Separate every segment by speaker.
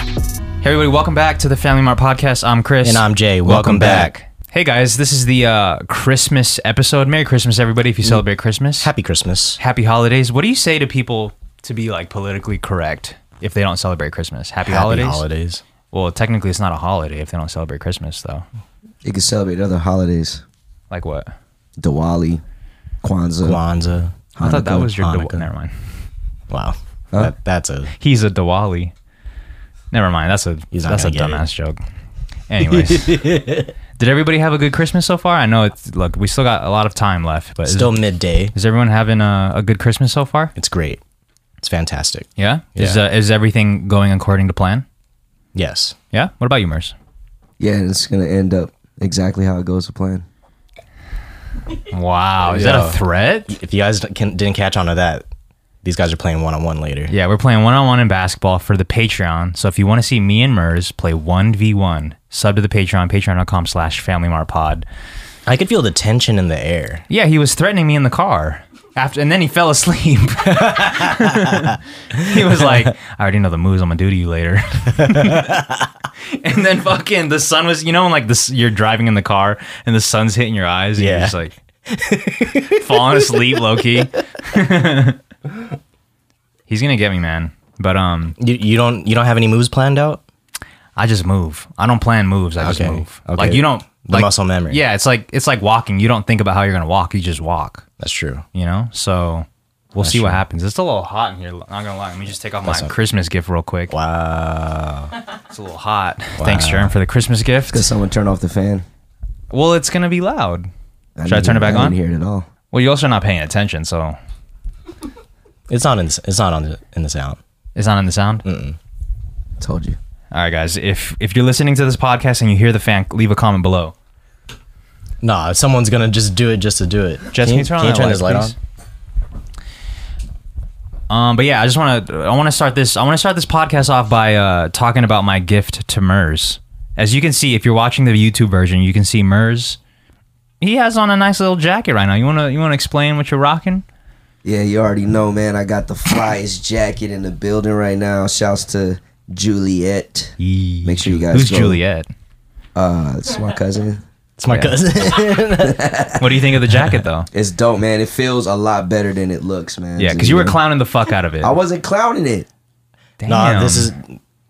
Speaker 1: Hey everybody, welcome back to the Family Mart podcast. I'm Chris.
Speaker 2: And I'm Jay. Welcome,
Speaker 3: Welcome
Speaker 2: back.
Speaker 3: back.
Speaker 1: Hey guys, this is the uh, Christmas episode. Merry Christmas, everybody!
Speaker 2: Mm.
Speaker 1: If you celebrate Christmas,
Speaker 2: Happy Christmas.
Speaker 1: happy holidays. What do you say to people to be like politically correct if they don't celebrate Christmas? Happy, holidays.
Speaker 2: holidays.
Speaker 1: Well, technically, it's not a holiday if they don't celebrate Christmas, though.
Speaker 3: You can celebrate other holidays.
Speaker 1: Like what?
Speaker 3: Diwali, Kwanzaa.
Speaker 2: Kwanzaa.
Speaker 1: I thought that
Speaker 3: Hanukkah,
Speaker 1: was your. Diwa-
Speaker 2: Hanukkah.
Speaker 1: Never mind.
Speaker 2: Wow.
Speaker 3: Huh?
Speaker 2: That, that's a.
Speaker 1: He's a Diwali. Never mind. That's a
Speaker 2: He's not
Speaker 1: that's a
Speaker 2: gonna get
Speaker 1: dumbass joke. Anyways, did everybody have a good Christmas so far? I know it's look, we still got a lot of time left, but
Speaker 2: Still
Speaker 1: is,
Speaker 2: midday.
Speaker 1: is everyone having a, a good Christmas so far?
Speaker 2: It's great. It's fantastic.
Speaker 1: Yeah. Is
Speaker 2: Yeah.
Speaker 1: uh, is everything going according to plan?
Speaker 2: Yes.
Speaker 1: Yeah. What about you, Merce?
Speaker 3: Yeah, and it's gonna end up exactly how it goes to plan.
Speaker 1: Wow. Is that
Speaker 2: Yeah.
Speaker 1: a threat?
Speaker 2: If you guys don't- can, didn't catch on to that, these guys are playing one on one later.
Speaker 1: Yeah, we're playing one on one in basketball for the Patreon. So if you want to see me and Merz play one v one, sub to the Patreon, patreon.com slash family mart pod.
Speaker 2: I could feel the tension in the air.
Speaker 1: Yeah, he was threatening me in the car. After and then he fell asleep. he was like, "I already know the moves. I'm gonna do to you later." and then fucking the sun was, you know, when like this, you're driving in the car and the sun's hitting your eyes. And You're
Speaker 2: Yeah.
Speaker 1: just like falling asleep, Loki. He's gonna get me, man. But um,
Speaker 2: You, you don't you don't have any moves planned out.
Speaker 1: I just move. I don't plan moves. I just
Speaker 2: Okay,
Speaker 1: move.
Speaker 2: okay.
Speaker 1: Like you don't
Speaker 2: The
Speaker 1: like-
Speaker 2: muscle memory.
Speaker 1: Yeah, it's like it's like walking. You don't think about how you're gonna walk. You just walk
Speaker 2: That's true.
Speaker 1: you know so we'll see what
Speaker 2: true.
Speaker 1: happens it's a little hot in here not gonna lie let me just take off my christmas gift real quick
Speaker 2: Wow.
Speaker 1: it's a little hot thanks Sharon, for the christmas gift
Speaker 3: Cause someone turned off the fan.
Speaker 1: well it's gonna be loud should i
Speaker 3: didn't-
Speaker 1: turn it back
Speaker 3: I
Speaker 1: on
Speaker 3: Didn't hear it at all.
Speaker 1: well you also are not paying attention so
Speaker 2: It's not in the, s- it's not on the, in the sound.
Speaker 1: it's not in the sound
Speaker 3: Told you.
Speaker 1: all right guys if if you're listening to this podcast and you hear the fan leave a comment below
Speaker 2: Nah, someone's gonna just do it just to do it.
Speaker 1: Jess, can you turn on that light,
Speaker 2: this
Speaker 1: please? um but yeah i just want to i want to start this i want to start this podcast off by uh talking about my gift to mers as you can see if you're watching the youtube version you can see mers he has on a nice little jacket right now you want to you want to explain what you're rocking
Speaker 3: Yeah, you already know, man. I got the flyest jacket in the building right now. Shouts to Juliet. Make sure you guys.
Speaker 1: Who's
Speaker 3: go.
Speaker 1: Juliet?
Speaker 3: Uh, it's my cousin.
Speaker 2: It's my
Speaker 1: Yeah.
Speaker 2: cousin.
Speaker 1: What do you think of the jacket though?
Speaker 3: It's dope, man. It feels a lot better than it looks, man.
Speaker 1: Yeah, because
Speaker 3: Just,
Speaker 1: you were
Speaker 3: know.
Speaker 1: clowning the fuck out of it.
Speaker 3: I wasn't clowning it.
Speaker 1: Damn.
Speaker 2: Nah, this is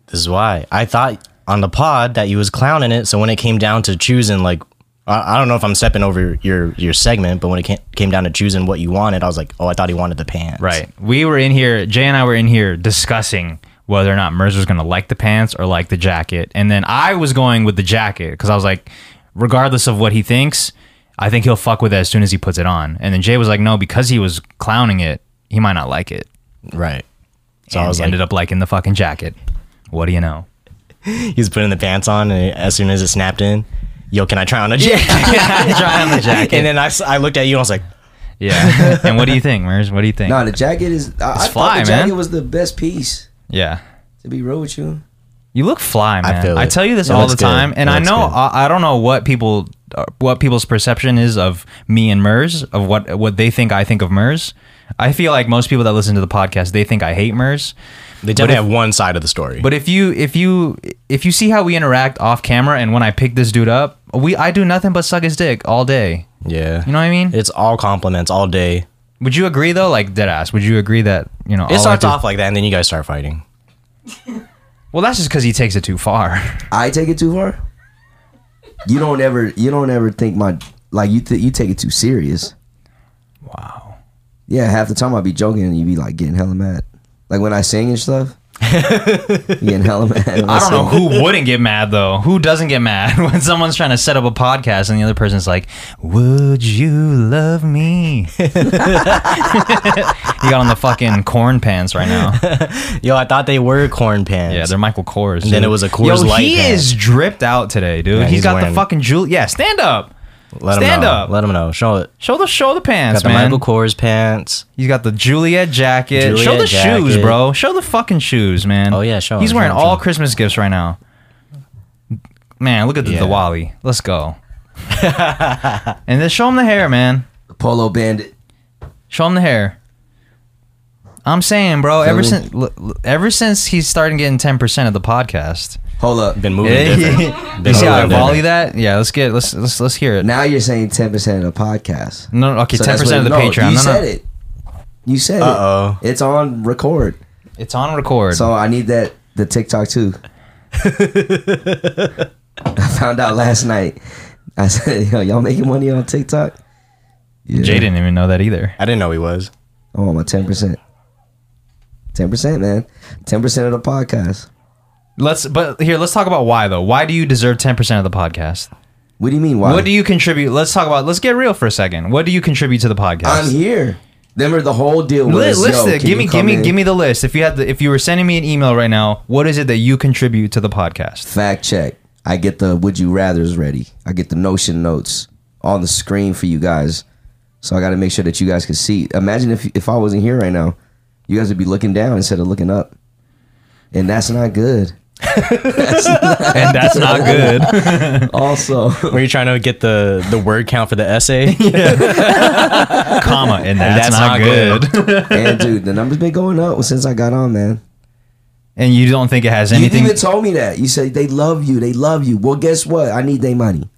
Speaker 2: this is why I thought on the pod that you was clowning it. So when it came down to choosing, like, I, I don't know if I'm stepping over your your segment, but when it came, came down to choosing what you wanted, I was like, oh, I thought he wanted the pants.
Speaker 1: right. We were in here. Jay and I were in here discussing whether or not Merz was gonna like the pants or like the jacket, and then I was going with the jacket because I was like, regardless of what he thinks, I think he'll fuck with it as soon as he puts it on. And then Jay was like, no, because he was clowning it, he might not like it.
Speaker 2: right. So
Speaker 1: So
Speaker 2: I was like,
Speaker 1: ended up liking the fucking jacket. What do you know?
Speaker 2: he was putting the pants on, and as soon as it snapped in, yo, can I try on a jacket?
Speaker 1: Try on the jacket.
Speaker 2: and then I, s- I looked at you, and I was like,
Speaker 1: yeah. and what do you think, Merz? What do you think?
Speaker 3: No, the jacket is.
Speaker 1: fly,
Speaker 3: I, I thought the
Speaker 1: man.
Speaker 3: jacket was the best piece.
Speaker 1: Yeah.
Speaker 3: To be real with you,
Speaker 1: You look fly, man. I,
Speaker 2: feel it.
Speaker 1: tell you this
Speaker 2: It
Speaker 1: all
Speaker 2: looks
Speaker 1: the time,
Speaker 2: good.
Speaker 1: and
Speaker 2: It
Speaker 1: I
Speaker 2: looks
Speaker 1: know
Speaker 2: good.
Speaker 1: I, I don't know what people uh, what people's perception is of me and Mers of what what they think I think of Mers. I feel like most people that listen to the podcast they think I hate Mers.
Speaker 2: they definitely have one side of the story.
Speaker 1: But if you if you if you see how we interact off camera and when I pick this dude up, we I do nothing but suck his dick all day.
Speaker 2: yeah,
Speaker 1: You know what I mean?
Speaker 2: it's all compliments all day.
Speaker 1: Would you agree though? Like dead ass. Would you agree that you know all I
Speaker 2: It starts
Speaker 1: do-
Speaker 2: off like that, and then you guys start fighting.
Speaker 1: Well, that's just because he takes it too far.
Speaker 3: I take it too far. You don't ever. You don't ever think my like you. Th- you take it too serious.
Speaker 1: wow.
Speaker 3: Yeah, half the time I'd be joking and you'd be like getting hella mad. Like when I sing and stuff, you getting hella mad. when
Speaker 1: I don't know
Speaker 3: sing.
Speaker 1: who wouldn't get mad though. Who doesn't get mad when someone's trying to set up a podcast and the other person's like, "Would you love me?" you got on the fucking corn pants right now.
Speaker 2: Yo, I thought they were corn pants.
Speaker 1: Yeah, they're Michael Kors.
Speaker 2: then it was a Kors
Speaker 1: Yo,
Speaker 2: Light
Speaker 1: He
Speaker 2: pant.
Speaker 1: is dripped out today, dude. he's
Speaker 2: he's
Speaker 1: got the
Speaker 2: wearing-
Speaker 1: fucking jewel. Yeah, stand up.
Speaker 2: Let 'em
Speaker 1: Stand
Speaker 2: know.
Speaker 1: up.
Speaker 2: Let them know. Show it.
Speaker 1: Show the show the pants,
Speaker 2: Got the
Speaker 1: man.
Speaker 2: Michael Kors pants.
Speaker 1: He's got the Juliet jacket. show
Speaker 2: Juliet
Speaker 1: the shoes,
Speaker 2: jacket.
Speaker 1: bro. Show the fucking shoes, man.
Speaker 2: Oh, yeah, show 'em,
Speaker 1: He's
Speaker 2: show
Speaker 1: wearing
Speaker 2: 'em, show
Speaker 1: all
Speaker 2: 'em.
Speaker 1: Christmas gifts right now. Man, look at the
Speaker 2: Yeah.
Speaker 1: Diwali. Let's go. and then show him the hair, man.
Speaker 3: Polo Bandit.
Speaker 1: Show him the hair. I'm saying, bro. Ever
Speaker 3: Feel me?
Speaker 1: since l- l- ever since he's starting getting ten percent of the podcast,
Speaker 3: Hold up.
Speaker 2: Been moving different.
Speaker 1: you see how I volley that? Yeah, let's get let's let's let's hear it.
Speaker 3: Now you're saying 10% of the podcast.
Speaker 1: No, no, okay,
Speaker 3: So
Speaker 1: ten
Speaker 3: that's
Speaker 1: percent of the
Speaker 3: what- no,
Speaker 1: Patreon. No,
Speaker 3: You
Speaker 1: no.
Speaker 3: said it. You said
Speaker 2: Uh-oh.
Speaker 3: it. It's on record.
Speaker 1: It's on record.
Speaker 3: So I need that the TikTok too. I found out last night. I said, "Yo, y'all making money on TikTok?" Yeah.
Speaker 1: Jay didn't even know that either.
Speaker 2: I didn't know he was.
Speaker 3: I want my ten percent. Ten percent, man. Ten percent of the podcast.
Speaker 1: Let's but here let's talk about why though. Why do you deserve ten percent of the podcast?
Speaker 3: What do you mean? Why?
Speaker 1: What do you contribute? Let's talk about. Let's get real for a second. What do you contribute to the podcast?
Speaker 3: I'm here. Remember the whole deal.
Speaker 1: Li-
Speaker 3: Was,
Speaker 1: list
Speaker 3: yo,
Speaker 1: it.
Speaker 3: can
Speaker 1: Give
Speaker 3: you
Speaker 1: me, give
Speaker 3: come
Speaker 1: me,
Speaker 3: in?
Speaker 1: give me the list. If you had, the, if you were sending me an email right now, what is it that you contribute to the podcast?
Speaker 3: fact check. I get the would you rather's ready. I get the notion notes on the screen for you guys. So I got to make sure that you guys can see. Imagine if if I wasn't here right now, you guys would be looking down instead of looking up, and that's not good.
Speaker 1: And that's not good.
Speaker 3: Also,
Speaker 2: Were you trying to get the the word count for the essay?
Speaker 1: Comma. And that's,
Speaker 2: that's
Speaker 1: not,
Speaker 2: not
Speaker 1: good.
Speaker 3: and dude, the numbers been going up since I got on, man.
Speaker 1: and you don't think it has anything?
Speaker 3: You even told me that. You said they love you. They love you. Well, guess what? I need their money.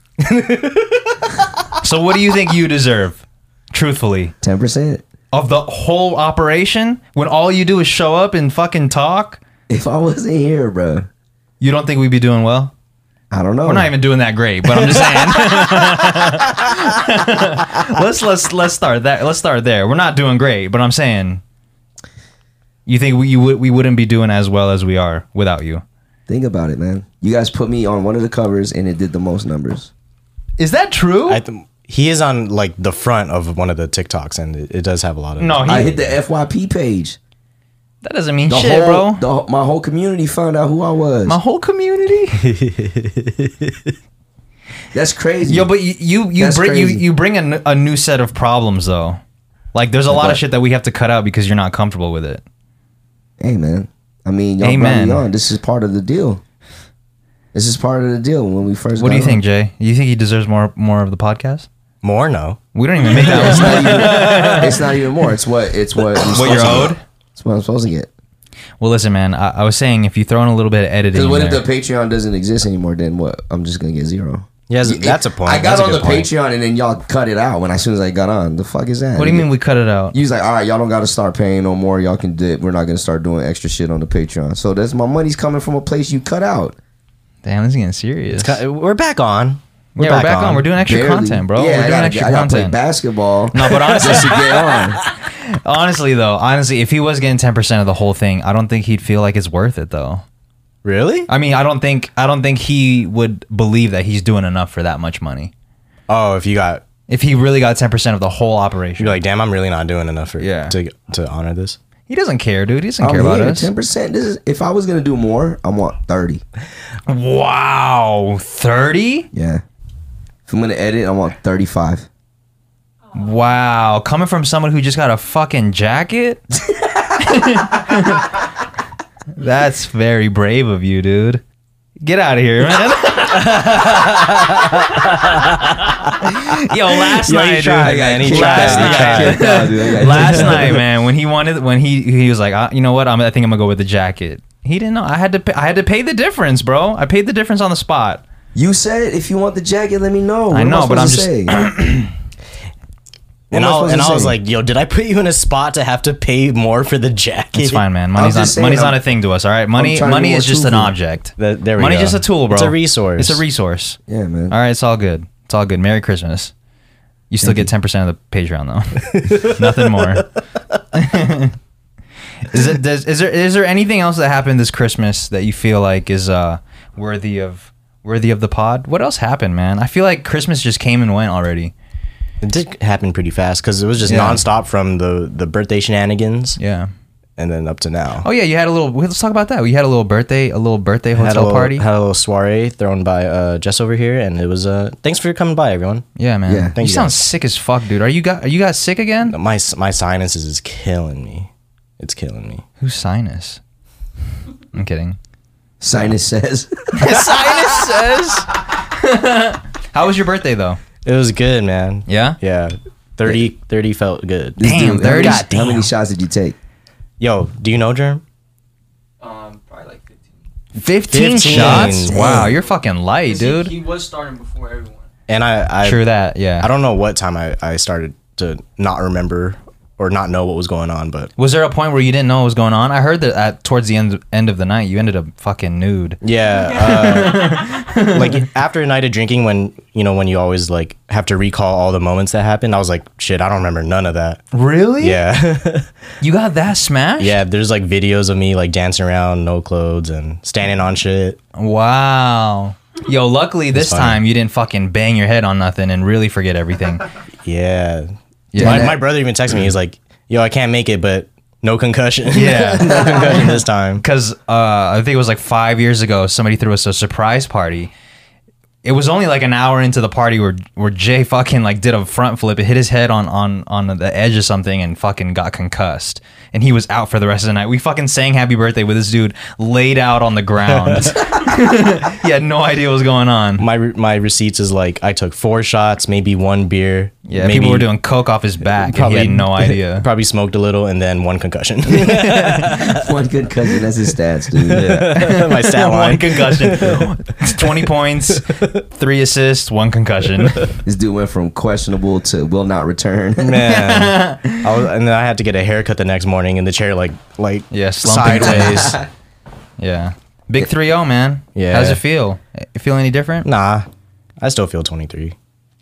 Speaker 1: so what do you think you deserve? Truthfully,
Speaker 3: Ten percent.
Speaker 1: of the whole operation, when all you do is show up and fucking talk,
Speaker 3: If I wasn't here, bro,
Speaker 1: you don't think we'd be doing well?
Speaker 3: I don't know.
Speaker 1: We're not even doing that great, but I'm just saying. let's let's let's start that. Let's start there. We're not doing great, but I'm saying. You think we you would we wouldn't be doing as well as we are without you?
Speaker 3: Think about it, man. You guys put me on one of the covers, and it did the most numbers.
Speaker 1: Is that true?
Speaker 2: I th- he is on like the front of one of the TikToks, and it, it does have a lot of.
Speaker 1: No, he-
Speaker 3: I hit the FYP page.
Speaker 1: that doesn't mean
Speaker 3: The
Speaker 1: shit,
Speaker 3: whole,
Speaker 1: bro.
Speaker 3: The, my whole community found out who I was.
Speaker 1: My whole community.
Speaker 3: That's crazy.
Speaker 1: Yo, but you you, you
Speaker 3: That's
Speaker 1: bring you,
Speaker 3: crazy.
Speaker 1: you bring a, n- a new set of problems though. Like there's a lot of shit that we have to cut out because you're not comfortable with it.
Speaker 3: hey, man. I mean, y'all brought
Speaker 1: Amen.
Speaker 3: me on. This is part of the deal. This is part of the deal when we first.
Speaker 1: What do you
Speaker 3: got on.
Speaker 1: think, Jay? You think he deserves more more of the podcast?
Speaker 2: more no.
Speaker 1: We don't even make that.
Speaker 3: It's not, even, it's not even more. It's what it's what I'm
Speaker 1: What you're
Speaker 3: supposed to
Speaker 1: owed?
Speaker 3: get. It's what I'm supposed to get.
Speaker 1: Well, listen, man. I, I was saying if you throw in a little bit of editing,
Speaker 3: Because what if
Speaker 1: there-
Speaker 3: the Patreon doesn't exist anymore? Then what? I'm just gonna get zero.
Speaker 2: Yeah, that's-
Speaker 3: It-
Speaker 2: that's a point.
Speaker 3: I got
Speaker 2: That's a
Speaker 3: on
Speaker 2: good
Speaker 3: the
Speaker 2: point.
Speaker 3: Patreon and then y'all cut it out when as soon as I got on. The fuck is that?
Speaker 1: what do you mean we cut it out?
Speaker 3: You was like, all right, y'all don't got to start paying no more. Y'all can dip. We're not gonna start doing extra shit on the Patreon. So that's my money's coming from a place you cut out.
Speaker 1: Damn, this is getting serious.
Speaker 2: It's ki- We're back on.
Speaker 1: yeah, we're back on. We're doing extra
Speaker 3: Barely.
Speaker 1: content, bro.
Speaker 3: Yeah,
Speaker 1: we're
Speaker 3: I
Speaker 1: doing
Speaker 3: gotta,
Speaker 1: extra
Speaker 3: I gotta play
Speaker 1: content.
Speaker 3: basketball.
Speaker 1: no, but
Speaker 3: Just to
Speaker 1: honestly,
Speaker 3: get on.
Speaker 1: honestly though, honestly, if he was getting ten percent of the whole thing, I don't think he'd feel like it's worth it though.
Speaker 2: Really?
Speaker 1: I mean, I don't think I don't think he would believe that he's doing enough for that much money.
Speaker 2: Oh, if you got
Speaker 1: If he really got ten percent of the whole operation,
Speaker 2: you're like, damn, I'm really not doing enough for
Speaker 1: Yeah.
Speaker 2: to to honor this.
Speaker 1: he doesn't care, dude. He doesn't care about
Speaker 3: I'm
Speaker 1: us.
Speaker 3: Ten percent. This is if I was gonna do more, I want thirty.
Speaker 1: Wow, thirty.
Speaker 3: Yeah. If I'm gonna edit, I want thirty-five.
Speaker 1: Wow, coming from someone who just got a fucking jacket? That's very brave of you, dude. Get out of here, man. Yo, last
Speaker 2: Yo, he
Speaker 1: night, dude, man,
Speaker 2: tried, man,
Speaker 1: he
Speaker 2: he
Speaker 1: last
Speaker 2: tried.
Speaker 1: night,
Speaker 2: He
Speaker 1: last night, man, when he wanted, when he he was like, "Uh, you know what, I'm, I think I'm gonna go with the jacket. He didn't know. I had to, pay, I had to pay the difference, bro. I paid the difference on the spot.
Speaker 3: You said if you want the jacket, let me know. What
Speaker 1: I
Speaker 3: am
Speaker 1: know, but I'm
Speaker 3: supposed
Speaker 1: just-
Speaker 3: to say?
Speaker 2: And,
Speaker 3: am I
Speaker 2: I,
Speaker 3: supposed
Speaker 2: and
Speaker 3: to
Speaker 2: I was
Speaker 3: say?
Speaker 2: like, yo, did I put you in a spot to have to pay more for the jacket?
Speaker 1: It's fine, man. Money's
Speaker 3: I'm just
Speaker 1: not
Speaker 3: saying,
Speaker 1: money's
Speaker 3: I'm-
Speaker 1: not a thing to us. All right, money
Speaker 3: trying to
Speaker 1: money
Speaker 3: be
Speaker 1: is
Speaker 3: more
Speaker 1: just an
Speaker 3: truthful.
Speaker 1: object.
Speaker 2: Th- there we
Speaker 1: Money's
Speaker 2: go.
Speaker 1: just a tool, bro.
Speaker 2: It's a resource.
Speaker 1: It's a resource.
Speaker 3: yeah, man.
Speaker 1: All right, it's all good. It's all good. Merry Christmas. You still get ten percent of the Patreon though. Nothing more. is it? Does, is there? Is there anything else that happened this Christmas that you feel like is uh worthy of worthy of the pod? What else happened, man? I feel like Christmas just came and went already.
Speaker 2: It did happen pretty fast because it was just
Speaker 1: Yeah.
Speaker 2: nonstop from the the birthday shenanigans
Speaker 1: Yeah.
Speaker 2: and then up to now.
Speaker 1: Oh yeah, you had a little. Let's talk about that. We had a little birthday, a little birthday
Speaker 2: had a
Speaker 1: Oh, hotel
Speaker 2: little,
Speaker 1: party.
Speaker 2: Had a little soiree thrown by uh, Jess over here, and it was uh, thanks for coming by, everyone.
Speaker 1: Yeah, man.
Speaker 3: Yeah.
Speaker 1: you,
Speaker 2: Thank you,
Speaker 1: sound
Speaker 2: guys.
Speaker 1: sick as fuck, dude. Are you got? Are you guys sick again?
Speaker 2: My s- my sinuses is killing me. It's killing me.
Speaker 1: Who's sinus? I'm kidding.
Speaker 3: Sinus says.
Speaker 1: sinus says. How was your birthday though?
Speaker 2: It was good, man.
Speaker 1: Yeah.
Speaker 2: Yeah, 30, 30 felt good.
Speaker 3: This
Speaker 1: Damn,
Speaker 3: dude, how many-
Speaker 1: 30?
Speaker 3: How many
Speaker 1: Goddamn.
Speaker 3: shots did you take?
Speaker 2: Yo, do you know Germ?
Speaker 4: Um, probably like 15.
Speaker 1: 15,
Speaker 2: 15.
Speaker 1: shots?
Speaker 2: Damn.
Speaker 1: Wow, you're fucking light, dude.
Speaker 4: He, he was starting before everyone.
Speaker 2: and I, I
Speaker 1: True that, yeah.
Speaker 2: I don't know what time I, I started to not remember or not know what was going on, but
Speaker 1: was there a point where you didn't know what was going on? I heard that at, towards the end end of the night, you ended up fucking nude.
Speaker 2: yeah, uh, like after a night of drinking, when you know when you always like have to recall all the moments that happened, I was like, shit, I don't remember none of that.
Speaker 1: Really?
Speaker 2: Yeah,
Speaker 1: You got that smashed?
Speaker 2: yeah. There's like videos of me like dancing around, no clothes, and standing on shit.
Speaker 1: Wow. Yo, luckily this
Speaker 2: fine.
Speaker 1: time you didn't fucking bang your head on nothing and really forget everything.
Speaker 2: Yeah,
Speaker 1: Yeah.
Speaker 2: My, my brother even texted me. He's like, yo, I can't make it, but no concussion.
Speaker 1: Yeah.
Speaker 2: no concussion this time.
Speaker 1: because uh, I think it was like five years ago, somebody threw us a surprise party. It was only like an hour into the party where where Jay fucking like did a front flip, it hit his head on on on the edge of something and fucking got concussed, and he was out for the rest of the night. We fucking sang Happy Birthday with this dude laid out on the ground. he had no idea what was going on.
Speaker 2: my my receipts is like I took four shots, maybe one beer.
Speaker 1: Yeah,
Speaker 2: maybe
Speaker 1: people were doing coke off his back, and he had no idea.
Speaker 2: Probably smoked a little and then one concussion.
Speaker 3: One good cousin. That's his stats, dude.
Speaker 2: my stat
Speaker 1: one
Speaker 2: line.
Speaker 1: concussion, twenty points, three assists, one concussion.
Speaker 3: This dude went from questionable to will not return.
Speaker 2: Man, I was, and then I had to get a haircut the next morning in the chair, like like
Speaker 1: Yeah, slumping
Speaker 2: sideways.
Speaker 1: Yeah. Big 3 0, man.
Speaker 2: Yeah.
Speaker 1: How's it feel? You feel any different?
Speaker 2: nah, I still feel 23.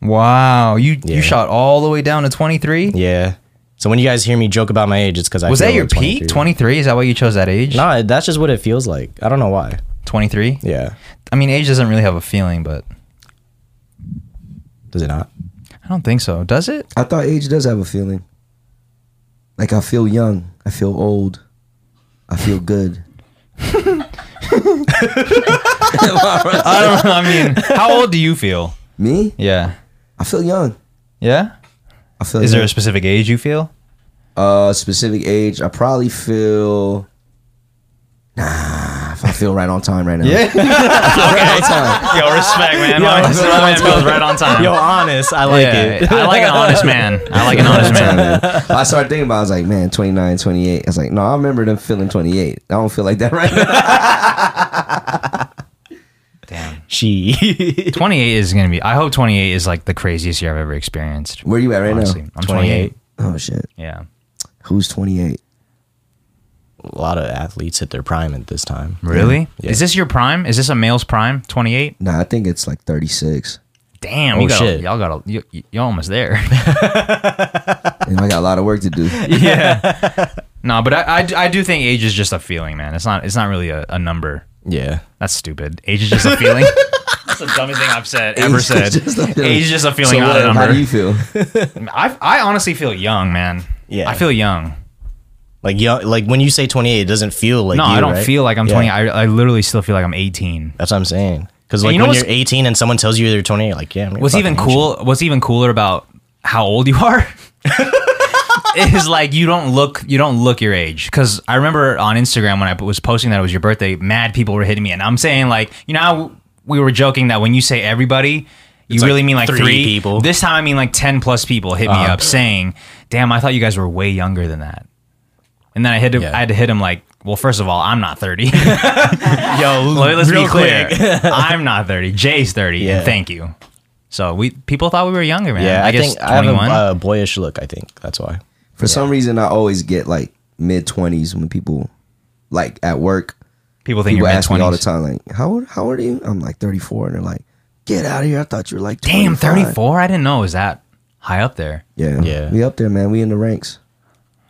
Speaker 1: Wow. You
Speaker 2: Yeah.
Speaker 1: you shot all the way down to 23?
Speaker 2: Yeah. So when you guys hear me joke about my age, it's because I
Speaker 1: Was
Speaker 2: feel
Speaker 1: that your
Speaker 2: like
Speaker 1: peak? 23? Is that why you chose that age?
Speaker 2: Nah, that's just what it feels like. I don't know why.
Speaker 1: 23?
Speaker 2: Yeah.
Speaker 1: I mean, age doesn't really have a feeling, but
Speaker 2: Does it not?
Speaker 1: I don't think so. Does it?
Speaker 3: I thought age does have a feeling. Like I feel young. I feel old. I feel good.
Speaker 1: I don't know. I mean, how old do you feel?
Speaker 3: Me?
Speaker 1: Yeah.
Speaker 3: I feel young.
Speaker 1: Yeah?
Speaker 3: I feel.
Speaker 1: Is there
Speaker 3: young.
Speaker 1: a specific age you feel?
Speaker 3: uh specific age? I probably feel. Nah, I feel right on time right now. right on time.
Speaker 1: Yo, respect, man.
Speaker 2: Yo,
Speaker 1: My
Speaker 2: respect.
Speaker 1: man feels right on time.
Speaker 2: Yo, honest. I like it.
Speaker 1: Ah. I like an honest man. I like an honest man.
Speaker 3: I started thinking about. it, I was like, man, 29, 28. I was like, no, I remember them feeling twenty eight. I don't feel like that right now.
Speaker 1: Damn.
Speaker 2: She.
Speaker 1: 28 is going to be, I hope 28 is like the craziest year I've ever experienced.
Speaker 3: Where you at right
Speaker 1: honestly.
Speaker 3: now?
Speaker 1: I'm 28.
Speaker 3: Oh shit.
Speaker 1: Yeah.
Speaker 3: Who's twenty eight?
Speaker 2: a lot of athletes hit their prime at this time.
Speaker 1: Really?
Speaker 3: Mm-hmm.
Speaker 2: Yeah.
Speaker 1: Is this your prime? Is this a male's prime? 28?
Speaker 3: Nah, I think it's like thirty six.
Speaker 1: Damn,
Speaker 2: Oh,
Speaker 1: you got
Speaker 2: shit.
Speaker 1: y'all got a, you, you- you're almost there.
Speaker 3: And I got a lot of work to do.
Speaker 1: yeah. No, but I, I, do- I do think age is just a feeling, man. It's not it's not really a, a number.
Speaker 2: Yeah.
Speaker 1: That's stupid. Age is just a feeling. That's the dumbest thing I've said ever
Speaker 3: Age is
Speaker 1: said.
Speaker 3: just a feeling.
Speaker 1: Age is just a feeling,
Speaker 3: So
Speaker 1: not
Speaker 3: what-
Speaker 1: a
Speaker 3: How do you
Speaker 1: number.
Speaker 3: feel?
Speaker 1: I I honestly feel young, man.
Speaker 2: Yeah.
Speaker 1: I feel young.
Speaker 2: Like young, like when you say 28, it doesn't feel like
Speaker 1: No,
Speaker 2: you,
Speaker 1: I don't
Speaker 2: right?
Speaker 1: feel like I'm
Speaker 2: Yeah.
Speaker 1: 20. I, I literally still feel like I'm 18.
Speaker 2: That's what I'm saying. Because
Speaker 1: And
Speaker 2: like
Speaker 1: you know
Speaker 2: when
Speaker 1: what's-
Speaker 2: you're 18 and someone tells you they're 28, like yeah. I'm
Speaker 1: What's even cool? What's even cooler about how old you are is like you don't look you don't look your age. Because I remember on Instagram when I was posting that it was your birthday, mad people were hitting me, and I'm saying like, you know, how we were joking that when you say everybody. You
Speaker 2: like
Speaker 1: really mean like
Speaker 2: three
Speaker 1: three,
Speaker 2: people. Uh-huh.
Speaker 1: This time I mean like ten plus people hit me up saying, "Damn, I thought you guys were way younger than that." And then I hit him.
Speaker 2: Yeah.
Speaker 1: I had to hit him like, "Well, first of all, I'm not 30. Yo, let, us
Speaker 2: real
Speaker 1: be clear. I'm not 30. Jay's 30.
Speaker 2: Yeah.
Speaker 1: And thank you. So we people thought we were younger, man.
Speaker 2: Yeah, I,
Speaker 1: guess
Speaker 2: think I have a
Speaker 1: 21.
Speaker 2: uh, boyish look. I think that's why.
Speaker 3: For some reason, I always get like mid twenties when people, like at work,
Speaker 1: people think
Speaker 3: people
Speaker 1: you're mid
Speaker 3: ask me all the
Speaker 1: twenties.
Speaker 3: time, like, "How old? How old are you?" I'm like 34, and they're like, "Get out of here! I thought you were like
Speaker 1: Damn,
Speaker 3: 25."
Speaker 1: 34. I didn't know it was that high up there.
Speaker 3: Yeah,
Speaker 2: Yeah.
Speaker 3: we up there, man. We in the ranks.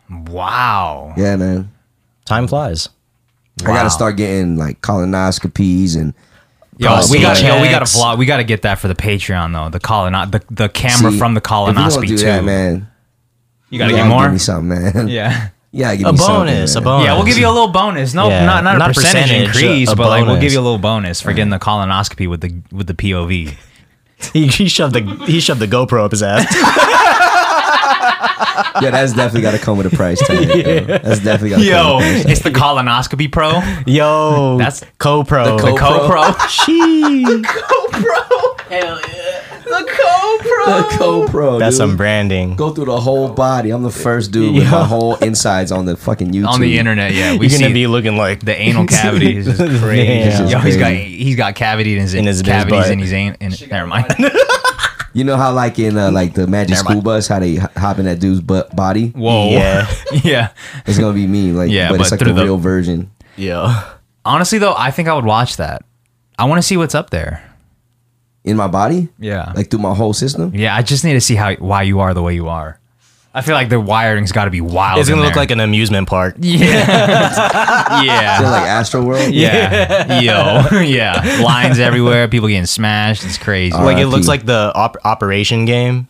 Speaker 1: Wow.
Speaker 3: Yeah, man.
Speaker 2: Time flies.
Speaker 3: I
Speaker 1: Wow.
Speaker 3: gotta start getting like colonoscopies and
Speaker 1: Yo, we
Speaker 2: Prostate
Speaker 1: got yo, we got
Speaker 2: checks.
Speaker 1: to vlog. We got to get that for the Patreon though. The colon, the, the camera
Speaker 3: See,
Speaker 1: from the
Speaker 3: if you gonna
Speaker 1: colonoscopy
Speaker 3: do
Speaker 1: too.
Speaker 3: that, man.
Speaker 1: You got to
Speaker 3: you
Speaker 1: get
Speaker 3: gotta
Speaker 1: more.
Speaker 3: Give me something, man. Yeah,
Speaker 1: Yeah.
Speaker 3: yeah. Give
Speaker 2: A
Speaker 3: me something,
Speaker 2: bonus, a
Speaker 3: man.
Speaker 2: bonus.
Speaker 1: Yeah, we'll give you a little bonus. No,
Speaker 2: Yeah,
Speaker 1: not, not
Speaker 2: not
Speaker 1: a percentage,
Speaker 2: percentage,
Speaker 1: increase,
Speaker 2: a
Speaker 1: but like we'll
Speaker 2: bonus.
Speaker 1: give you a little bonus for getting the colonoscopy with the with the POV.
Speaker 2: he, he shoved the he shoved the GoPro up his ass.
Speaker 3: Yeah, that's definitely gotta come with a price tag. yo. That's definitely gotta
Speaker 1: Yo,
Speaker 3: come. With a price tag.
Speaker 1: it's the colonoscopy pro,
Speaker 2: Yo,
Speaker 1: That's-
Speaker 2: CoPro.
Speaker 1: the co pro.
Speaker 2: She.
Speaker 4: Hell yeah. The
Speaker 3: The
Speaker 4: GoPro.
Speaker 3: GoPro.
Speaker 2: That's
Speaker 3: dude.
Speaker 2: some branding.
Speaker 3: Go through the whole body. I'm the first dude with my whole insides on the fucking YouTube.
Speaker 1: on the internet. Yeah, we
Speaker 2: You're gonna
Speaker 1: see
Speaker 2: be looking like
Speaker 1: the anal cavity is just crazy.
Speaker 2: Yeah.
Speaker 1: Yo, he's got
Speaker 3: Crazy.
Speaker 1: he's got cavity in his,
Speaker 2: In his- in his
Speaker 1: cavities
Speaker 2: butt.
Speaker 1: in his an, in, never mind.
Speaker 3: You know how like in uh, like the Magic
Speaker 1: Never
Speaker 3: School
Speaker 1: mind.
Speaker 3: Bus, how they h- hop in that dude's butt body?
Speaker 1: Whoa.
Speaker 2: Yeah.
Speaker 1: yeah.
Speaker 3: It's gonna be me, like
Speaker 1: Yeah,
Speaker 3: but,
Speaker 1: but
Speaker 3: it's like the
Speaker 1: through the-
Speaker 3: real version.
Speaker 2: yeah.
Speaker 1: Honestly though, I think I would watch that. I want to see what's up there.
Speaker 3: In my body?
Speaker 1: Yeah.
Speaker 3: Like through my whole system?
Speaker 1: Yeah, I just need to see how why you are the way you are. I feel like the wiring's got to be wild.
Speaker 2: It's gonna
Speaker 1: in
Speaker 2: look
Speaker 1: there.
Speaker 2: like an amusement park.
Speaker 1: yeah.
Speaker 3: Feel like Astro World?
Speaker 1: Yeah. Yo. yeah. Lines everywhere. People getting smashed. It's crazy.
Speaker 2: Like it
Speaker 3: RIP.
Speaker 2: looks like the op- operation game.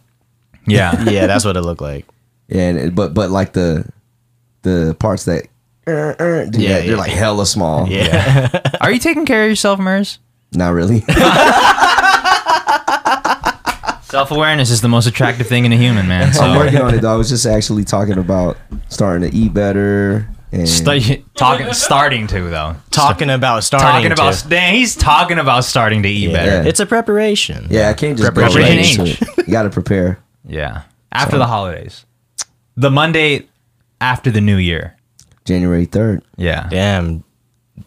Speaker 1: yeah.
Speaker 2: Yeah, that's what it looked like.
Speaker 3: Yeah, and, but but like the the parts that er, er, do
Speaker 2: Yeah,
Speaker 3: that, they're
Speaker 2: yeah.
Speaker 3: like hella small.
Speaker 2: Yeah.
Speaker 1: Are you taking care of yourself, Mers?
Speaker 3: Not really.
Speaker 1: Self awareness is the most attractive thing in a human, man. So
Speaker 3: I'm working on it though. I was just actually talking about starting to eat better and
Speaker 1: Sta- talking, starting to though.
Speaker 2: Talking about starting.
Speaker 1: Talking about
Speaker 2: to-
Speaker 1: damn, he's talking about starting to eat better.
Speaker 3: Yeah.
Speaker 2: It's a preparation.
Speaker 3: Yeah, I can't just go
Speaker 1: Preparation
Speaker 3: right into
Speaker 1: H.
Speaker 3: it. You gotta prepare.
Speaker 1: Yeah. After the holidays, the Monday after the New Year.
Speaker 3: January third.
Speaker 1: Yeah.
Speaker 2: Damn.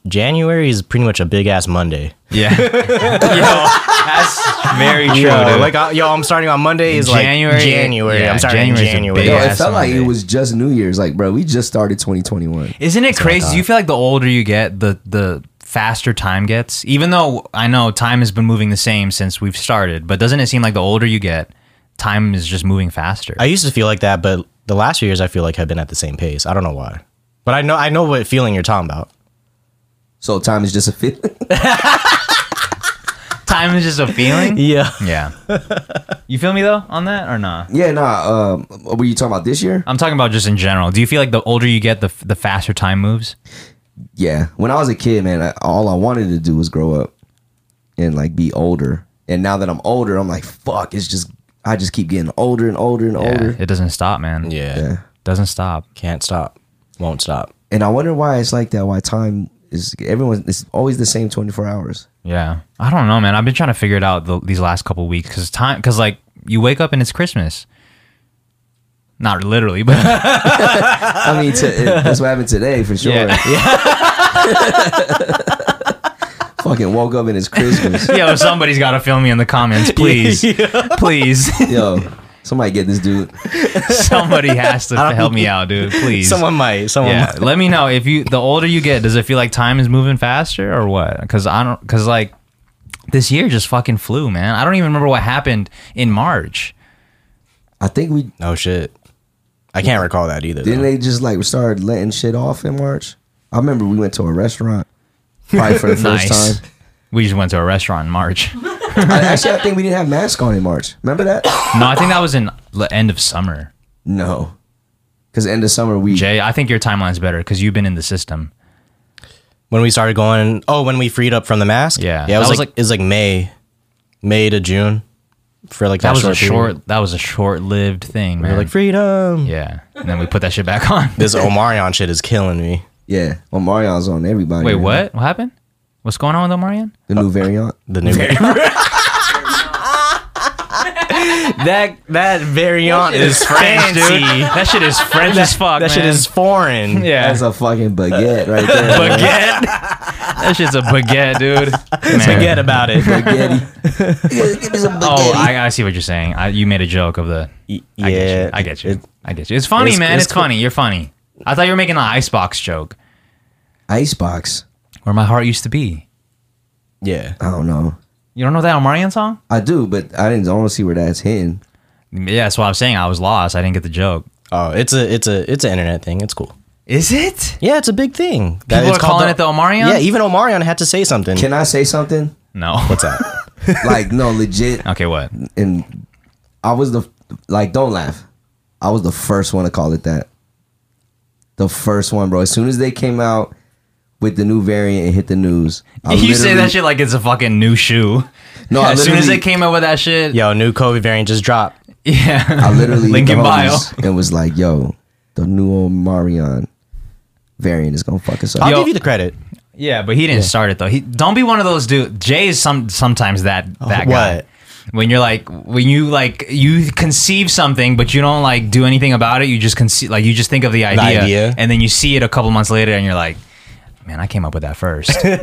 Speaker 2: January is pretty much a big ass Monday.
Speaker 1: Yeah. Yo, that's very true.
Speaker 2: Yo,
Speaker 1: dude.
Speaker 2: like I, yo, I'm starting on Monday is
Speaker 1: January-
Speaker 2: like January.
Speaker 1: yeah,
Speaker 2: I'm starting in
Speaker 1: January's a
Speaker 2: January.
Speaker 1: big
Speaker 3: Yo,
Speaker 1: Yeah,
Speaker 3: it felt like
Speaker 1: Sunday.
Speaker 3: it was just New Year's. Like, bro, we just started 2021.
Speaker 1: Isn't it crazy? Do you feel like the older you get, the the faster time gets? Even though I know time has been moving the same since we've started, but doesn't it seem like the older you get, time is just moving faster?
Speaker 2: I used to feel like that, but the last few years I feel like have been at the same pace. I don't know why, but I know I know what feeling you're talking about.
Speaker 3: So time is just a feeling.
Speaker 1: time is just a feeling.
Speaker 2: Yeah.
Speaker 1: yeah. You feel me though on that or not?
Speaker 3: yeah, nah. Um, were you talking about this year?
Speaker 1: I'm talking about just in general. Do you feel like the older you get, the the faster time moves?
Speaker 3: Yeah. When I was a kid, man, I, all I wanted to do was grow up and like be older. And now that I'm older, I'm like, fuck. It's just I just keep getting older and older and older.
Speaker 1: Yeah, it doesn't stop, man.
Speaker 2: Yeah.
Speaker 3: Yeah.
Speaker 1: doesn't stop.
Speaker 2: Can't stop. Won't stop.
Speaker 3: And I wonder why it's like that. Why time is everyone? It's always the same 24 hours.
Speaker 1: Yeah, I don't know, man. I've been trying to figure it out the, these last couple weeks because time, because like you wake up and it's Christmas. Not literally, but
Speaker 3: I mean, to, it, that's what happened today for sure.
Speaker 1: Yeah.
Speaker 3: Fucking woke up and it's Christmas.
Speaker 1: Yo, somebody's got to film me in the comments, please. Please.
Speaker 3: Yo, somebody get this dude.
Speaker 1: Somebody has to help me out, dude. Please.
Speaker 2: Someone might. Someone.
Speaker 1: yeah,
Speaker 2: Might.
Speaker 1: let me know if you the older you get, does it feel like time is moving faster or what? Cuz I don't cuz like this year just fucking flew, man. I don't even remember what happened in March.
Speaker 3: I think we
Speaker 2: No shit. I can't recall that either.
Speaker 3: didn't
Speaker 2: though.
Speaker 3: they just like started letting shit off in March. I remember we went to a restaurant probably for the first
Speaker 1: Nice.
Speaker 3: time.
Speaker 1: We just went to a restaurant in March.
Speaker 3: I, actually, I think we didn't have masks on in March. Remember that?
Speaker 1: No, I think that was in the end of summer.
Speaker 3: No, because end of summer we
Speaker 1: Jay, I think your timeline's better cuz you've been in the system.
Speaker 2: when we started going oh when we freed up from the mask
Speaker 1: Yeah.
Speaker 2: yeah it
Speaker 1: That
Speaker 2: was,
Speaker 1: was
Speaker 2: like,
Speaker 1: like-
Speaker 2: it was like may may to june for like that,
Speaker 1: That was a
Speaker 2: period.
Speaker 1: short that was a short-lived thing,
Speaker 2: We
Speaker 1: man.
Speaker 2: were like freedom
Speaker 1: yeah. And then we put that shit back on.
Speaker 2: this omarion shit is killing me
Speaker 3: yeah. Well, Marion's on everybody.
Speaker 1: Wait,
Speaker 3: man.
Speaker 1: what? Uh, What happened? What's going on with Omarion?
Speaker 3: The new variant.
Speaker 2: the new that that variant is french dude
Speaker 1: That shit is French as fuck.
Speaker 2: that shit
Speaker 1: man.
Speaker 2: is foreign
Speaker 1: yeah.
Speaker 3: That's a fucking baguette right there. man.
Speaker 1: baguette. that shit's a baguette, dude. Man.
Speaker 2: forget about it
Speaker 3: Spaghetti. Give me some baguette.
Speaker 1: Oh, I, I see what you're saying. I, you made a joke of the.
Speaker 2: Y- yeah
Speaker 1: I get you. I get you.
Speaker 2: It-
Speaker 1: I get you. It's funny,
Speaker 2: it's-
Speaker 1: man. It's,
Speaker 2: it's cool.
Speaker 1: funny. You're funny. I thought you were making an icebox joke
Speaker 3: Icebox.
Speaker 1: where my heart used to be.
Speaker 2: yeah
Speaker 3: I don't know.
Speaker 1: You don't know that Omarion song?
Speaker 3: I do, but I didn't. I want to see where that's hitting.
Speaker 1: Yeah, that's what I was saying. I was lost. I didn't get the joke.
Speaker 2: oh it's a it's a it's an internet thing it's cool
Speaker 1: Is it?
Speaker 2: yeah it's a big thing That-
Speaker 1: People
Speaker 2: it's
Speaker 1: are
Speaker 2: called
Speaker 1: calling it the Omarion?
Speaker 2: yeah even omarion had to say something
Speaker 3: Can I say something?
Speaker 1: No. What's that?
Speaker 3: Like no, legit.
Speaker 1: okay, what?
Speaker 3: And I was the like. Don't laugh. I was the first one to call it that. The first one, bro. As soon as they came out with the new variant and hit the news, I
Speaker 1: you say
Speaker 3: literally-
Speaker 1: that shit like it's a fucking new shoe.
Speaker 3: No, I
Speaker 1: as soon as
Speaker 3: literally-
Speaker 1: they came up with that shit,
Speaker 2: yo new covid variant just dropped
Speaker 1: yeah.
Speaker 3: I literally hit
Speaker 1: Lincoln
Speaker 3: the
Speaker 1: bio.
Speaker 3: homies and was like, "Yo, the new old Marion variant is gonna fuck us up."
Speaker 2: i'll
Speaker 1: Yo.
Speaker 2: give you the credit
Speaker 1: Yeah, but he didn't start it though. He don't be one of those dude. Jay is some sometimes that that guy.
Speaker 2: Oh, What?
Speaker 1: when you're like when you like you conceive something but you don't like do anything about it you just conceive like you just think of the idea,
Speaker 2: idea.
Speaker 1: and then you see it a couple months later and you're like man i came up with that first hey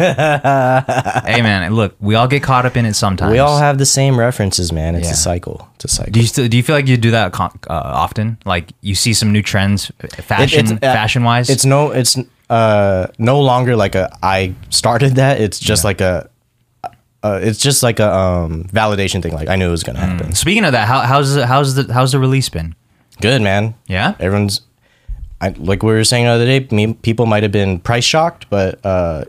Speaker 1: man look we all get caught up in it sometimes
Speaker 2: We all have the same references, man. It's
Speaker 1: Yeah.
Speaker 2: a cycle. It's a cycle.
Speaker 1: do you still, do you feel like you do that con- uh, often like you see some new trends
Speaker 2: It-
Speaker 1: fashion
Speaker 2: uh,
Speaker 1: fashion wise
Speaker 2: it's no it's uh no longer like a i started that it's just like a uh, it's just like a um validation thing like i knew it was gonna
Speaker 1: Mm.
Speaker 2: happen
Speaker 1: speaking of that how, how's the, how's the how's the release been
Speaker 2: good man
Speaker 1: yeah
Speaker 2: everyone's I, like we were saying the other day me, people might have been price shocked but uh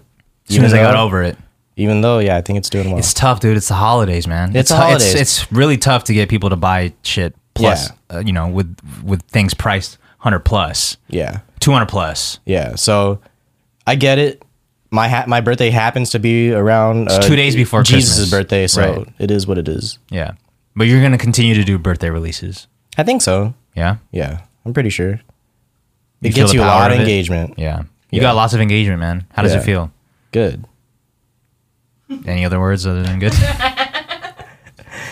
Speaker 1: as soon as i
Speaker 2: even
Speaker 1: got
Speaker 2: though-
Speaker 1: over it
Speaker 2: even though yeah i think it's doing well
Speaker 1: It's tough, dude. It's the holidays, man.
Speaker 2: It's the
Speaker 1: hu-
Speaker 2: holidays.
Speaker 1: It's, it's really tough to get people to buy shit. Plus, uh, you know, with with things priced hundred plus,
Speaker 2: yeah
Speaker 1: two hundred plus.
Speaker 2: yeah so i get it my ha- my birthday happens to be around uh,
Speaker 1: two days before
Speaker 2: jesus'
Speaker 1: Christmas.
Speaker 2: birthday so
Speaker 1: Right.
Speaker 2: it is what it is
Speaker 1: Yeah, but you're gonna continue to do birthday releases.
Speaker 2: i think so
Speaker 1: Yeah,
Speaker 2: Yeah, I'm pretty sure. It
Speaker 1: You feel
Speaker 2: gets
Speaker 1: the
Speaker 2: you a
Speaker 1: power
Speaker 2: lot of
Speaker 1: of it?
Speaker 2: engagement.
Speaker 1: yeah. You
Speaker 2: Yeah.
Speaker 1: got lots of engagement, man. How does
Speaker 2: Yeah.
Speaker 1: it feel?
Speaker 2: Good.
Speaker 1: Any other words other than good?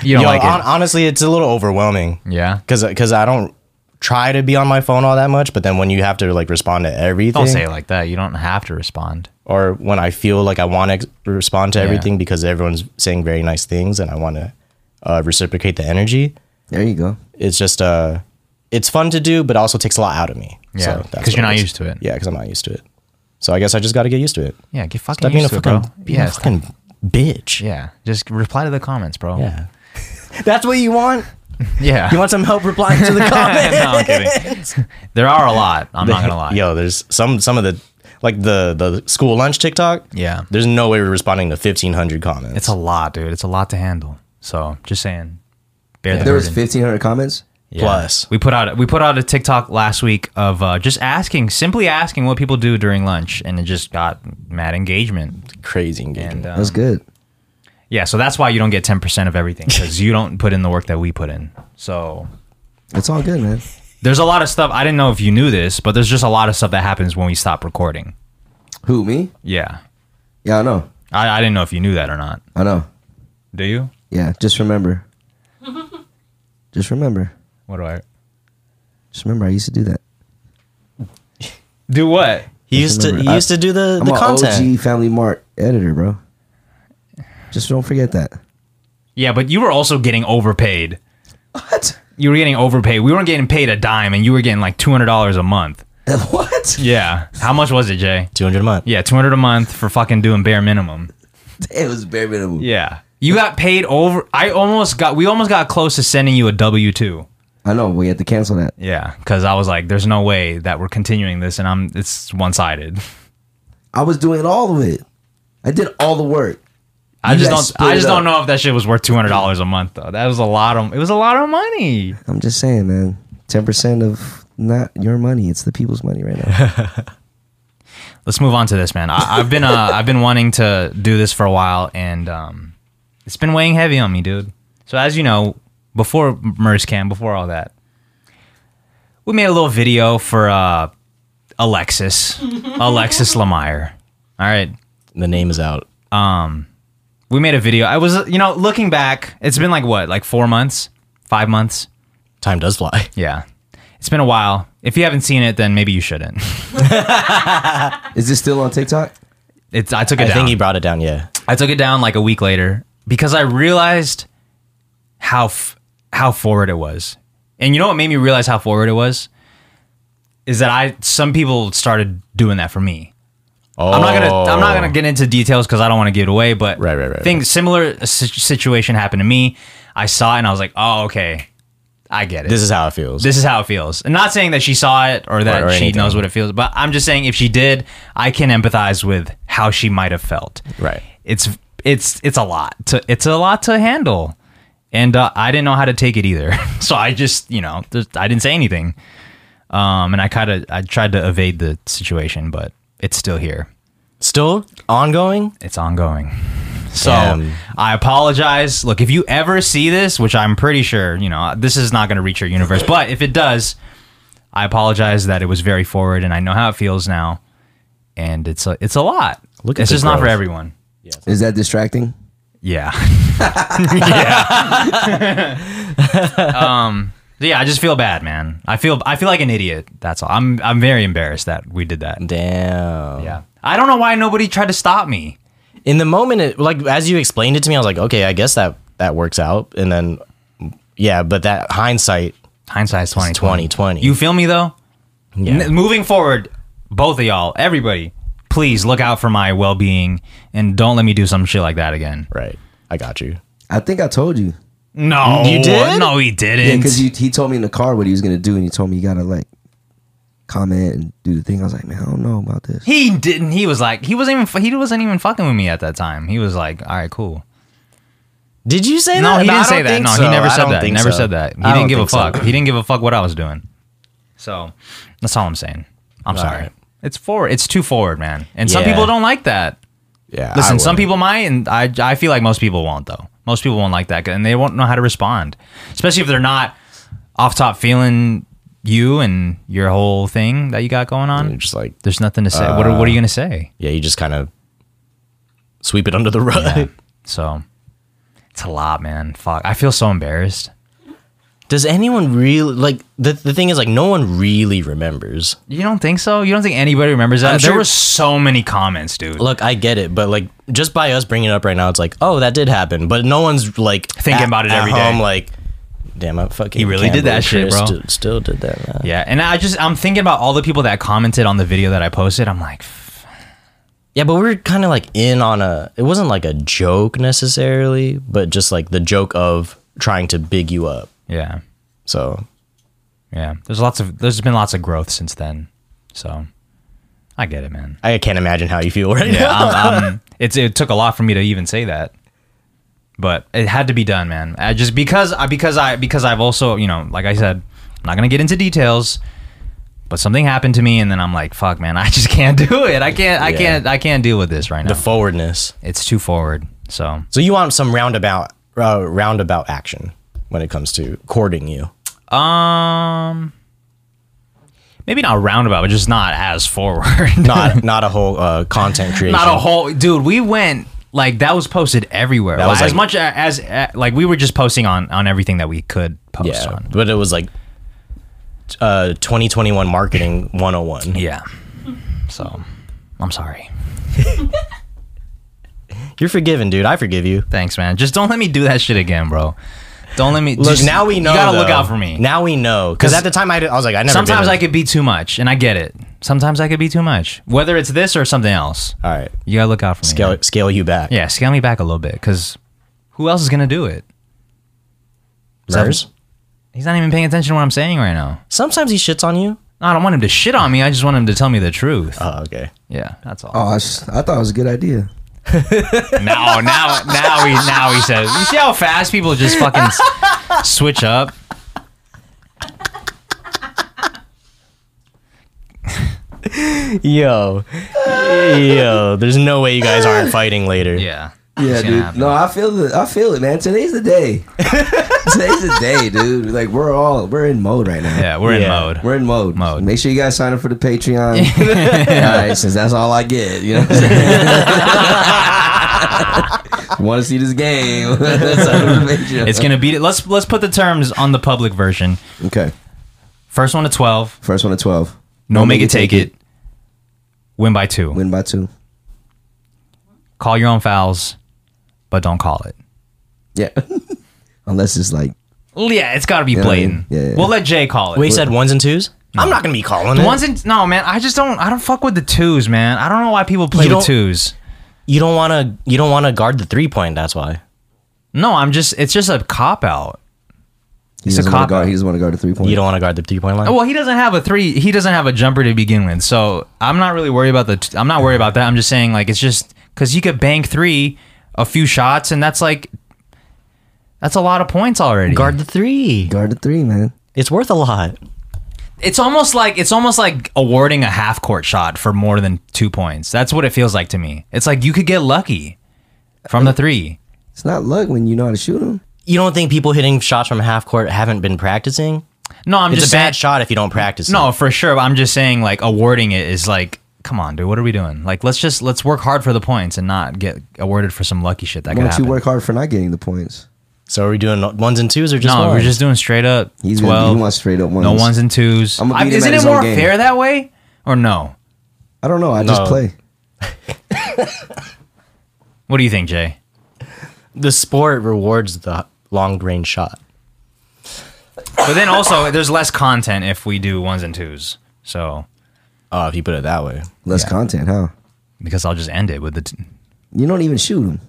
Speaker 1: you don't
Speaker 2: Yo,
Speaker 1: like
Speaker 2: hon-
Speaker 1: it,
Speaker 2: honestly, it's a little overwhelming
Speaker 1: yeah?
Speaker 2: because I don't try to be on my phone all that much. But then when you have to like respond to everything,
Speaker 1: Don't say it like that. You don't have to respond.
Speaker 2: or when I feel like I want to ex- respond to everything because everyone's saying very nice things and I want to uh, reciprocate the energy,
Speaker 3: There you go.
Speaker 2: it's just uh, it's fun to do, but also takes a lot out of me.
Speaker 1: Yeah,
Speaker 2: that's
Speaker 1: 'cause you're
Speaker 2: what
Speaker 1: not
Speaker 2: is.
Speaker 1: used to it.
Speaker 2: Yeah, because I'm not used to it. So I guess I just got to get used to it.
Speaker 1: Yeah, get fucking
Speaker 2: Stop being a
Speaker 1: used to it, bro.
Speaker 2: fucking, being
Speaker 1: Yeah,
Speaker 2: a
Speaker 1: stop-
Speaker 2: fucking bitch.
Speaker 1: yeah. Just reply to the comments, bro.
Speaker 2: Yeah. That's what you want?
Speaker 1: yeah.
Speaker 2: You want some help replying to the comments?
Speaker 1: no, I'm kidding. There are a lot. I'm not gonna lie.
Speaker 2: Yo, there's some some of the like the the school lunch TikTok.
Speaker 1: Yeah.
Speaker 2: There's no way we're responding to 1500 comments.
Speaker 1: It's a lot, dude. It's a lot to handle. So just saying, bear the
Speaker 3: There was
Speaker 1: burden.
Speaker 3: fifteen hundred comments.
Speaker 1: Yeah.
Speaker 2: plus.
Speaker 1: We put out we put out a TikTok last week of uh, just asking, simply asking what people do during lunch, and it just got mad engagement.
Speaker 2: crazy engagement.
Speaker 1: And um,
Speaker 3: That's good.
Speaker 1: yeah, so that's why you don't get ten percent of everything because you don't put in the work that we put in. So
Speaker 3: It's all good, man.
Speaker 1: there's a lot of stuff. I didn't know if you knew this, but there's just a lot of stuff that happens when we stop recording.
Speaker 3: Who me?
Speaker 1: Yeah,
Speaker 3: Yeah, I know.
Speaker 1: I, I didn't know if you knew that or not.
Speaker 3: I know.
Speaker 1: Do you?
Speaker 3: Yeah, just remember. just remember.
Speaker 1: What do I
Speaker 3: Just remember. I used to do that.
Speaker 1: do? What?
Speaker 2: he used to he
Speaker 3: remember,
Speaker 2: used to do the
Speaker 3: I'm
Speaker 2: the
Speaker 3: a
Speaker 2: content.
Speaker 3: OG Family Mart editor, bro. Just don't forget that.
Speaker 1: Yeah, but you were also getting overpaid.
Speaker 3: What?
Speaker 1: you were getting overpaid. We weren't getting paid a dime, and you were getting like two hundred dollars a month.
Speaker 3: What?
Speaker 1: Yeah. How much was it, Jay?
Speaker 2: 200 a month.
Speaker 1: Yeah, two hundred a month for fucking doing bare minimum.
Speaker 3: It was bare minimum.
Speaker 1: Yeah. You got paid over. I almost got. We almost got close to sending you a W two.
Speaker 3: I know. We had to cancel that.
Speaker 1: Yeah, because I was like, "There's no way that we're continuing this," and I'm. It's one sided.
Speaker 3: I was doing all of it. I did all the work.
Speaker 1: I
Speaker 3: You
Speaker 1: just
Speaker 3: guys
Speaker 1: don't.
Speaker 3: split
Speaker 1: I
Speaker 3: it
Speaker 1: just
Speaker 3: up.
Speaker 1: don't know if that shit was worth two hundred dollars a month though. That was a lot of. It was a lot of money.
Speaker 3: I'm just saying, man. Ten percent of not your money. It's the people's money right now.
Speaker 1: let's move on to this, man. I, I've been uh, I've been wanting to do this for a while, and um, it's been weighing heavy on me, dude. So as you know, before MERSCAM, before all that, we made a little video for uh, Alexis, Alexis Lemire. All right,
Speaker 2: The name is out.
Speaker 1: we made a video. I was, you know, looking back, it's been like what, like four months, five months.
Speaker 2: Time does fly.
Speaker 1: Yeah, it's been a while. If you haven't seen it, then maybe you shouldn't.
Speaker 3: Is this still on TikTok?
Speaker 1: It's I took it
Speaker 2: I
Speaker 1: down.
Speaker 2: think he brought it down, yeah.
Speaker 1: I took it down like a week later because I realized how f- how forward it was. And you know what made me realize how forward it was is that I some people started doing that for me.
Speaker 2: Oh.
Speaker 1: I'm not gonna I'm not gonna get into details because I don't want to give it away. But
Speaker 2: Right, right, right,
Speaker 1: Things similar uh, si- situation happened to me. I saw it and I was like, oh okay, I get it.
Speaker 2: This is how it feels.
Speaker 1: This is how it feels. And not saying that she saw it or that
Speaker 2: Or- or
Speaker 1: she
Speaker 2: anything.
Speaker 1: knows what it feels, but I'm just saying if she did, I can empathize with how she might have felt.
Speaker 2: Right.
Speaker 1: It's it's it's a lot to it's a lot to handle. And uh, I didn't know how to take it either. so I just, you know, just, I didn't say anything. Um and I kind of I tried to evade the situation, but it's still here.
Speaker 2: Still ongoing?
Speaker 1: It's ongoing. So
Speaker 2: Damn.
Speaker 1: I apologize. Look, if you ever see this, which I'm pretty sure, you know, this is not going to reach your universe, but if it does, I apologize that it was very forward, and I know how it feels now, and it's a it's a lot.
Speaker 2: Look at
Speaker 1: it's
Speaker 2: the
Speaker 1: just not for
Speaker 2: growth.
Speaker 1: everyone.
Speaker 3: Is that distracting?
Speaker 1: Yeah. yeah. um. Yeah, I just feel bad, man. I feel I feel like an idiot. That's all. I'm I'm very embarrassed that we did that.
Speaker 2: Damn.
Speaker 1: Yeah. I don't know why nobody tried to stop me.
Speaker 2: in the moment it, like as you explained it to me i was like okay i guess that that works out and then yeah but that hindsight
Speaker 1: Hindsight's twenty
Speaker 2: 20.
Speaker 1: You feel me though?
Speaker 2: yeah
Speaker 1: N- moving forward, both of y'all, everybody, please look out for my well being and don't let me do some shit like that again.
Speaker 2: right i got you
Speaker 3: I think I told you.
Speaker 1: No,
Speaker 2: You did?
Speaker 1: No, he
Speaker 3: Yeah,
Speaker 1: didn't.
Speaker 3: because he told me in the car what he was gonna do, and he told me you gotta like comment and do the thing. I was like, man, I don't know about this.
Speaker 1: he didn't. He was like, he wasn't even. He wasn't even fucking with me at that time. He was like, all right, cool.
Speaker 2: did you say
Speaker 1: No,
Speaker 2: that
Speaker 1: he
Speaker 2: I
Speaker 1: didn't
Speaker 2: don't
Speaker 1: say that.
Speaker 2: think
Speaker 1: No,
Speaker 2: so.
Speaker 1: he never
Speaker 2: I
Speaker 1: said
Speaker 2: don't
Speaker 1: that.
Speaker 2: think
Speaker 1: Never
Speaker 2: so.
Speaker 1: said that. He
Speaker 2: I don't
Speaker 1: didn't give a
Speaker 2: think so.
Speaker 1: fuck. He didn't give a fuck what I was doing. So that's all I'm saying. I'm sorry.
Speaker 2: right.
Speaker 1: It's forward. It's too forward, man. And some
Speaker 2: Yeah.
Speaker 1: people don't like that.
Speaker 2: yeah I
Speaker 1: Listen, some
Speaker 2: wouldn't.
Speaker 1: people might, and I, I feel like most people won't though. Most people won't like that, and they won't know how to respond, especially if they're not off top feeling you and your whole thing that you got going
Speaker 2: You're
Speaker 1: on.
Speaker 2: just like
Speaker 1: There's nothing to say. what, are, what are you gonna say?
Speaker 2: yeah you just kind of sweep it under the rug
Speaker 1: Yeah. So it's a lot, man. Fuck, I feel so embarrassed.
Speaker 2: does anyone really like the, the thing is like no one really remembers
Speaker 1: You don't think so? You don't think anybody remembers that?
Speaker 2: I'm
Speaker 1: there
Speaker 2: sure-
Speaker 1: were so many comments, dude.
Speaker 2: look i get it but like just by us bringing it up right now it's like oh that did happen but no one's like
Speaker 1: Thinking about it
Speaker 2: every
Speaker 1: every
Speaker 2: day.
Speaker 1: day.
Speaker 2: like damn i fucking
Speaker 1: He really
Speaker 2: can't
Speaker 1: did that
Speaker 2: believe
Speaker 1: shit,
Speaker 2: Chris
Speaker 1: bro.
Speaker 2: st- still did that man.
Speaker 1: Yeah, and I just I'm thinking about all the people that commented on the video that I posted. I'm like,
Speaker 2: Yeah, but we were kind of like in on a. It wasn't like a joke necessarily, but just like the joke of trying to big you up.
Speaker 1: yeah,
Speaker 2: So
Speaker 1: yeah. There's lots of there's been lots of growth since then, so I get it, man.
Speaker 2: I can't imagine how you feel right
Speaker 1: Yeah,
Speaker 2: now.
Speaker 1: I'm, I'm, it's it took a lot for me to even say that, but it had to be done, man. I just because I because I because I've also you know like I said, I'm not gonna get into details, but something happened to me, and then I'm like, fuck, man, I just can't do it. I can't, I
Speaker 2: Yeah.
Speaker 1: can't, I can't deal with this right now.
Speaker 2: The forwardness.
Speaker 1: it's too forward. So
Speaker 2: So you want some roundabout, uh, roundabout action when it comes to courting you.
Speaker 1: um, maybe not roundabout, but just not as forward.
Speaker 2: Not not a whole uh, content creation.
Speaker 1: not a whole dude. We went like that was posted everywhere.
Speaker 2: was,
Speaker 1: as
Speaker 2: like-
Speaker 1: much a- as, as like we were just posting on on everything that we could post
Speaker 2: Yeah,
Speaker 1: on.
Speaker 2: but it was like uh, 2021 marketing 101.
Speaker 1: Yeah. So, I'm sorry.
Speaker 2: You're forgiven, dude. I forgive you.
Speaker 1: Thanks, man. Just don't let me do that shit again, bro. Don't let me.
Speaker 2: Look,
Speaker 1: just-
Speaker 2: now we know.
Speaker 1: You gotta look
Speaker 2: though.
Speaker 1: out for me.
Speaker 2: Now we know because
Speaker 1: 'Cause
Speaker 2: at the time I, did- I was like, I never.
Speaker 1: Sometimes
Speaker 2: been
Speaker 1: I
Speaker 2: in-
Speaker 1: could be too much, and I get it. Sometimes I could be too much, whether it's this or something else.
Speaker 2: All right,
Speaker 1: You gotta look out for me.
Speaker 2: scale scale you back.
Speaker 1: Yeah, scale me back a little bit, because who else is gonna do it?
Speaker 2: Murs?
Speaker 1: He's not even paying attention to what I'm saying right now.
Speaker 2: Sometimes he shits on you.
Speaker 1: No, I don't want him to shit on me. I just want him to tell me the truth.
Speaker 2: Oh, okay.
Speaker 1: yeah, that's all.
Speaker 3: Uh, Oh, I, s- I thought it was a good idea.
Speaker 1: now, now, now he, now he says. You see how fast people just fucking s- switch up.
Speaker 2: Yo, yo. There's no way you guys aren't fighting later.
Speaker 1: Yeah.
Speaker 3: Yeah,
Speaker 1: It's gonna
Speaker 3: dude.
Speaker 1: happen.
Speaker 3: No, I feel the, I feel it, man. Today's the day. Today's the day, dude. Like we're all we're in mode right now.
Speaker 1: Yeah, we're
Speaker 2: Yeah.
Speaker 1: in mode.
Speaker 3: We're in mode.
Speaker 1: Mode.
Speaker 3: Make sure you guys sign up for the Patreon. all right, since that's all I get. You know what I'm saying? Want to see this game? Sign up for the Patreon.
Speaker 1: It's gonna beat it. Let's let's put the terms on the public version.
Speaker 3: okay.
Speaker 1: First one to twelve.
Speaker 3: First one to twelve.
Speaker 1: No, make it take it. Win by two.
Speaker 3: Win by two.
Speaker 1: Call your own fouls, but don't call it.
Speaker 3: Yeah. Unless it's like
Speaker 1: Well, Yeah, it's gotta be
Speaker 3: know what I mean?
Speaker 1: blatant.
Speaker 3: Yeah, yeah, yeah.
Speaker 1: We'll let Jay call it.
Speaker 2: Wait, you said ones and twos? I'm not gonna be calling it.
Speaker 1: Ones and no, man. I just don't. I don't fuck with the twos, man. I don't know why people play
Speaker 2: You
Speaker 1: with
Speaker 2: don't-
Speaker 1: twos.
Speaker 2: you don't wanna you don't wanna guard the three point. That's why.
Speaker 1: No, I'm just. It's just a cop out.
Speaker 3: he
Speaker 1: It's a
Speaker 3: doesn't want
Speaker 1: cop
Speaker 3: to guard. He doesn't want to guard a three point.
Speaker 2: You don't wanna guard the three point line.
Speaker 1: Well, he doesn't have a three. He doesn't have a jumper to begin with. So I'm not really worried about the. T- I'm not worried about that. I'm just saying like it's just because you could bank three, a few shots, and that's like, that's a lot of points already.
Speaker 2: Guard the three.
Speaker 3: guard the three, man.
Speaker 2: It's worth a lot.
Speaker 1: It's almost like it's almost like awarding a half court shot for more than two points. That's what it feels like to me. It's like you could get lucky from the three.
Speaker 3: It's not luck when you know how to shoot them.
Speaker 2: You don't think people hitting shots from half court haven't been practicing?
Speaker 1: No, I'm
Speaker 2: It's
Speaker 1: just
Speaker 2: a bad
Speaker 1: saying,
Speaker 2: shot if you don't practice. it.
Speaker 1: No, for sure. But I'm just saying like awarding it is like come on, dude, what are we doing? Like, let's just let's work hard for the points and not get awarded for some lucky shit that
Speaker 3: Why
Speaker 1: could
Speaker 3: don't you
Speaker 1: happen.
Speaker 3: work hard for not getting the points?
Speaker 2: So are we doing ones and twos or just
Speaker 1: no,
Speaker 2: ones?
Speaker 1: we're just doing straight up
Speaker 3: He's gonna-
Speaker 1: twelve.
Speaker 3: he wants straight up ones.
Speaker 1: No ones and 2s
Speaker 3: I'ma
Speaker 1: I-
Speaker 3: beat him
Speaker 1: isn't it
Speaker 3: at his
Speaker 1: more
Speaker 3: own game.
Speaker 1: fair that way? Or no?
Speaker 3: I don't know. I just
Speaker 2: No.
Speaker 3: play.
Speaker 1: What do you think, Jay?
Speaker 2: the sport rewards the long range shot.
Speaker 1: But then also, there's less content if we do ones and twos. So
Speaker 2: Oh, if you put it that way.
Speaker 3: Less content, huh?
Speaker 1: because I'll just end it with the. T-
Speaker 3: You don't even shoot him.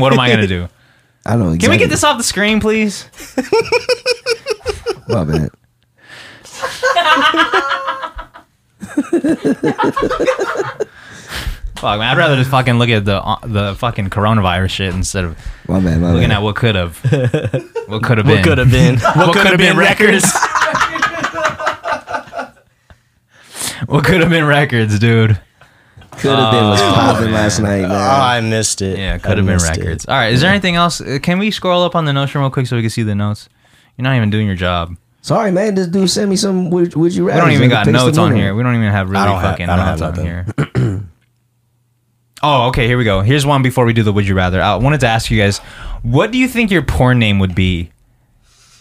Speaker 1: what am I gonna do?
Speaker 3: I don't.
Speaker 1: Can
Speaker 3: Exactly.
Speaker 1: we get this off the screen, please?
Speaker 3: My bad.
Speaker 1: Fuck, man. I'd rather just fucking look at the uh, the fucking coronavirus shit instead of
Speaker 3: My bad. My
Speaker 1: looking
Speaker 3: bad.
Speaker 1: at what could have, what could have been,
Speaker 2: been? What could have been records?
Speaker 1: what could have been records, dude.
Speaker 3: Could have
Speaker 1: Oh.
Speaker 3: been was popping last night, man.
Speaker 2: Oh, I missed it.
Speaker 1: Yeah,
Speaker 2: I
Speaker 1: could have been
Speaker 2: missed it.
Speaker 1: records. All right, is there anything else? Uh, Can we scroll up on the notion real quick so we can see the notes? You're not even doing your job.
Speaker 3: Sorry, man. This dude sent me some. Would, would you
Speaker 1: We
Speaker 3: rather?
Speaker 1: don't even
Speaker 3: Like,
Speaker 1: got
Speaker 3: paste
Speaker 1: notes
Speaker 3: them
Speaker 1: on
Speaker 3: in
Speaker 1: here. We don't even have really
Speaker 2: I don't have-
Speaker 1: fucking
Speaker 2: I don't
Speaker 1: notes
Speaker 2: have
Speaker 1: on here. oh, okay. Here we go. Here's one before we do the would you rather. I wanted to ask you guys, what do you think your porn name would be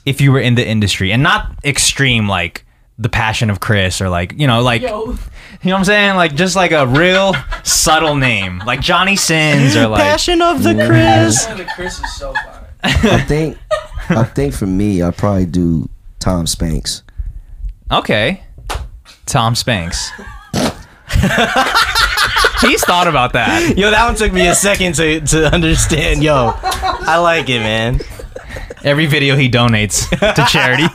Speaker 1: if you were in the industry and not extreme like the passion of Chris or like you know like you know what I'm saying like just like a real subtle name like Johnny Sins or like
Speaker 2: Passion of the Chris.
Speaker 3: I think. I think for me, I probably do Tom Spanks.
Speaker 1: Okay. Tom Spanks. He's thought about that.
Speaker 2: Yo, that one took me a second to, to understand. Yo, I like it, man.
Speaker 1: Every video he donates to charity.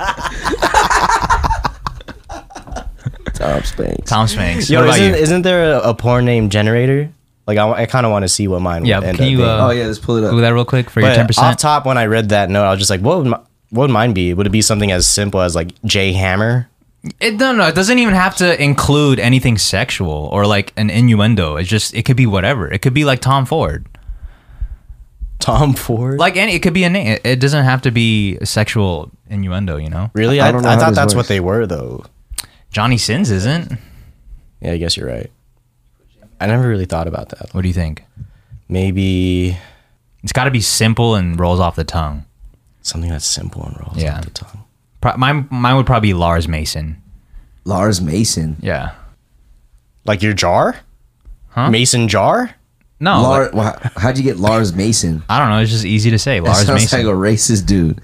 Speaker 3: Tom Spanks.
Speaker 1: Tom Spanks.
Speaker 2: Yo,
Speaker 1: what about you?
Speaker 2: isn't, isn't there a, a porn name generator? Like, I, kind of want to see what mine
Speaker 1: Yeah,
Speaker 2: would end
Speaker 1: can
Speaker 2: up
Speaker 1: you,
Speaker 2: being.
Speaker 1: uh,
Speaker 3: Oh yeah, let's pull it
Speaker 1: Google
Speaker 3: up.
Speaker 1: that real quick for your ten
Speaker 2: But off
Speaker 1: percent.
Speaker 2: top, when I read that note, I was just like, what would, my, what would mine be? Would it be something as simple as like J Hammer?
Speaker 1: It no no, it doesn't even have to include anything sexual or like an innuendo. It's just it could be whatever. It could be like Tom Ford.
Speaker 2: Tom Ford?
Speaker 1: Like any it could be a name. It- It doesn't have to be a sexual innuendo, you know?
Speaker 2: really?
Speaker 3: I
Speaker 2: I, I,
Speaker 3: don't know how
Speaker 2: thought
Speaker 3: this
Speaker 2: that's
Speaker 3: works.
Speaker 2: what they were, though.
Speaker 1: Johnny Sins isn't.
Speaker 2: Yeah, I guess you're right. I never really thought about that.
Speaker 1: What do you think?
Speaker 2: Maybe
Speaker 1: It's gotta be simple and rolls off the tongue.
Speaker 2: something that's simple and rolls
Speaker 1: Yeah.
Speaker 2: off the tongue.
Speaker 1: Pro- mine mine would probably be Lars Mason.
Speaker 3: Lars Mason.
Speaker 1: Yeah.
Speaker 2: Like your jar?
Speaker 1: Huh?
Speaker 2: Mason jar?
Speaker 1: No,
Speaker 3: Lar-
Speaker 1: Oh, like-
Speaker 3: wha- how'd you get Lars Mason?
Speaker 1: I don't know. It's just easy to say.
Speaker 3: That
Speaker 1: Lars
Speaker 3: sounds
Speaker 1: Mason.
Speaker 3: like a racist dude.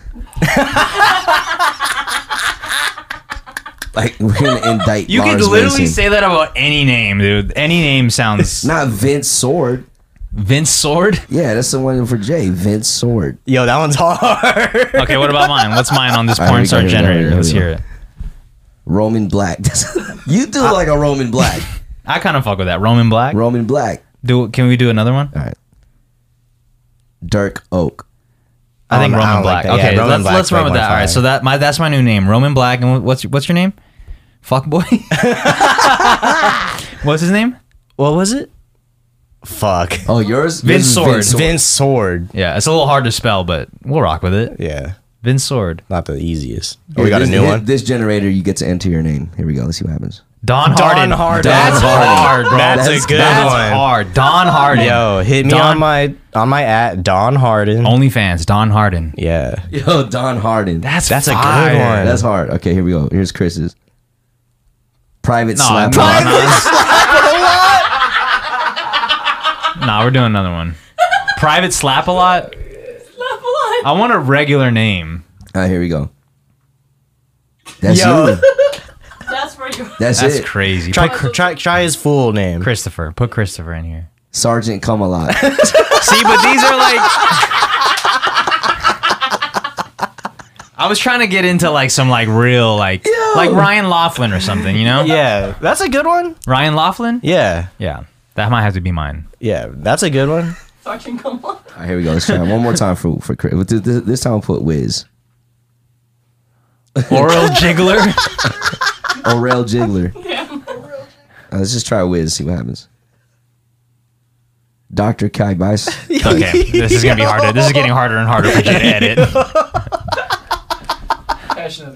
Speaker 3: like we're gonna indict.
Speaker 1: you
Speaker 3: Lars
Speaker 1: could literally
Speaker 3: Mason.
Speaker 1: say that about any name, dude. Any name sounds.
Speaker 3: not Vince Sword.
Speaker 1: Vince Sword.
Speaker 3: Yeah, that's the one for Jay. Vince Sword.
Speaker 2: Yo, that one's hard.
Speaker 1: Okay, what about mine? What's mine on this
Speaker 3: All right,
Speaker 1: porn
Speaker 3: we
Speaker 1: star
Speaker 3: got it, we got it,
Speaker 1: generator?
Speaker 3: we
Speaker 1: Let's
Speaker 3: got it.
Speaker 1: hear it.
Speaker 3: Roman Black. you do like a Roman Black.
Speaker 1: I kind of fuck with that. Roman Black.
Speaker 3: Roman Black.
Speaker 1: Do can we do another one?
Speaker 3: All right. Dirk Oak.
Speaker 1: I think
Speaker 2: don't- I
Speaker 1: Roman
Speaker 2: don't like
Speaker 1: Black.
Speaker 2: that. Yeah,
Speaker 1: okay,
Speaker 2: Roman
Speaker 1: let's let's
Speaker 2: Black's
Speaker 1: run
Speaker 2: like
Speaker 1: with
Speaker 2: my
Speaker 1: that. All right,
Speaker 2: fire.
Speaker 1: so that my that's my new name, Roman Black. And what's what's your name? Fuckboy. what's his name?
Speaker 2: what was it? Fuck.
Speaker 3: Oh, yours?
Speaker 1: Vince
Speaker 3: Yours is
Speaker 1: Sword.
Speaker 2: Vince Sword.
Speaker 1: Yeah, it's a little hard to spell, but we'll rock with it.
Speaker 2: Yeah,
Speaker 1: Vince Sword.
Speaker 2: not the easiest. Oh, we got a
Speaker 3: this,
Speaker 2: new
Speaker 3: this-
Speaker 2: one.
Speaker 3: This generator, you get to enter your name. Here we go. Let's see what happens.
Speaker 1: Don Harden.
Speaker 2: Don Harden.
Speaker 1: That's
Speaker 3: Don Harden.
Speaker 1: hard, bro.
Speaker 2: That's a good
Speaker 1: that's
Speaker 2: one.
Speaker 1: hard. Don Harden.
Speaker 2: Yo, hit me
Speaker 1: Don- Oh.
Speaker 2: on my on my at Don Harden.
Speaker 1: OnlyFans, Don Harden.
Speaker 2: Yeah,
Speaker 3: Yo, Don Harden.
Speaker 1: That's
Speaker 2: That's a good
Speaker 1: fire.
Speaker 2: one.
Speaker 3: That's hard. Okay, here we go. Here's Chris's. Private
Speaker 1: No,
Speaker 3: slap.
Speaker 1: no,
Speaker 3: on.
Speaker 1: no. Nah, we're doing another one. Private slap a lot. I want a regular name.
Speaker 3: All right, here we go. That's
Speaker 2: Yo.
Speaker 3: you.
Speaker 4: That's where you.
Speaker 3: That's,
Speaker 1: That's
Speaker 3: it.
Speaker 1: crazy.
Speaker 2: try
Speaker 1: Put
Speaker 2: try try his full name.
Speaker 1: Christopher. Put Christopher in here.
Speaker 3: Sergeant Come Alive.
Speaker 1: See, but these are like. I was trying to get into like some like real like like Ryan Laughlin or something, you know?
Speaker 2: Yeah, Oh. that's a good one.
Speaker 1: Ryan Laughlin?
Speaker 2: Yeah,
Speaker 1: Yeah. That might have to be mine.
Speaker 2: yeah, that's a good one. Oh,
Speaker 4: Fucking come on.
Speaker 3: All right, here we go. Let's try it one more time for for Chris. This, this- this time, I'll put Wiz.
Speaker 1: Oral jiggler.
Speaker 3: Orel Jiggler. Uh, let's just try Wiz. See what happens. Doctor Kai Bice.
Speaker 1: Okay, this is gonna be harder. This is getting harder and harder for you to edit.
Speaker 2: Yo,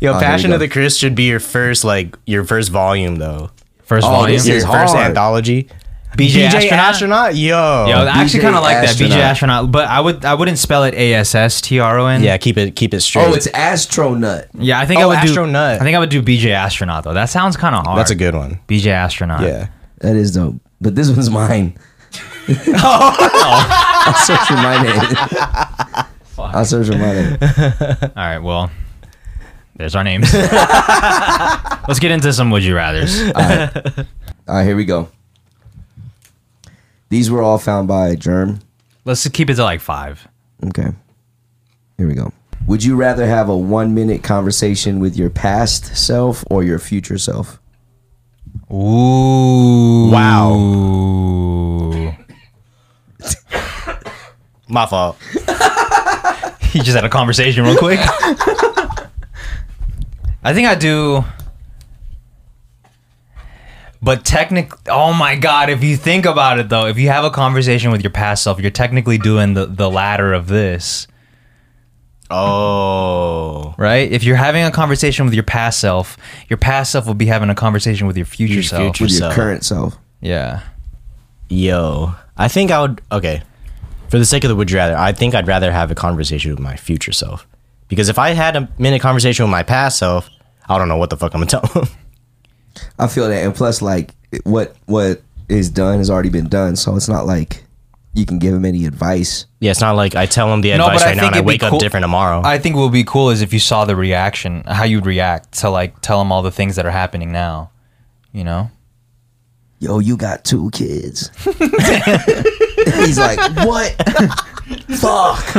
Speaker 3: here we
Speaker 2: Passion
Speaker 3: go.
Speaker 2: of the Chris should be your first like your first volume though.
Speaker 1: First
Speaker 3: Oh,
Speaker 1: volume.
Speaker 3: this
Speaker 2: Your
Speaker 3: is
Speaker 2: first
Speaker 3: hard.
Speaker 2: anthology. BJ,
Speaker 1: Astronaut?
Speaker 2: astronaut? yo.
Speaker 1: Yo, I actually
Speaker 3: BJ
Speaker 1: kind of like that BJ
Speaker 3: Astronaut.
Speaker 1: astronaut, but I would I wouldn't spell it A S S T R O N.
Speaker 2: yeah, keep it keep it straight.
Speaker 3: Oh, it's Astronut.
Speaker 1: yeah. I think I
Speaker 2: Oh,
Speaker 1: would
Speaker 2: astronaut.
Speaker 1: do. I think I would do BJ astronaut though. That sounds kind of hard.
Speaker 2: That's a good one.
Speaker 1: BJ astronaut.
Speaker 2: Yeah.
Speaker 3: That is dope. But this one's mine. I'll search for my name. I'll search for my name.
Speaker 1: All right. Well, there's our names. Let's get into some would you rather's.
Speaker 3: All right, here we go. These were all found by Germ.
Speaker 1: Let's just keep it to like five.
Speaker 3: Okay. Here we go. Would you rather have a one minute conversation with your past self or your future self?
Speaker 1: Ooh.
Speaker 2: Wow.
Speaker 1: Wow.
Speaker 2: My fault.
Speaker 1: he just had a conversation real quick. I think I do. But technically, oh my god! If you think about it, though, if you have a conversation with your past self, you're technically doing the the latter of this,
Speaker 2: Oh.
Speaker 1: right? If you're having a conversation with your past self, your past self will be having a conversation with your future
Speaker 2: Your
Speaker 1: self.
Speaker 2: future-
Speaker 3: With your
Speaker 2: Yourself.
Speaker 3: current self.
Speaker 1: Yeah.
Speaker 2: Yo. I think I would okay. For the sake of the would you rather, I think I'd rather have a conversation with my future self. Because if I had a minute conversation with my past self, I don't know what the fuck I'm gonna tell him.
Speaker 3: I feel that, and plus, like what what is done has already been done, so it's not like you can give him any advice.
Speaker 2: yeah, it's not like I tell him the
Speaker 1: No,
Speaker 2: advice
Speaker 1: but I
Speaker 2: right now
Speaker 1: think
Speaker 2: and I
Speaker 1: it'd be
Speaker 2: wake
Speaker 1: cool-
Speaker 2: up different tomorrow.
Speaker 1: I think what would be cool is if you saw the reaction, how you'd react to like tell them all the things that are happening now, you know?
Speaker 3: Yo, you got two kids. He's like, what? Fuck.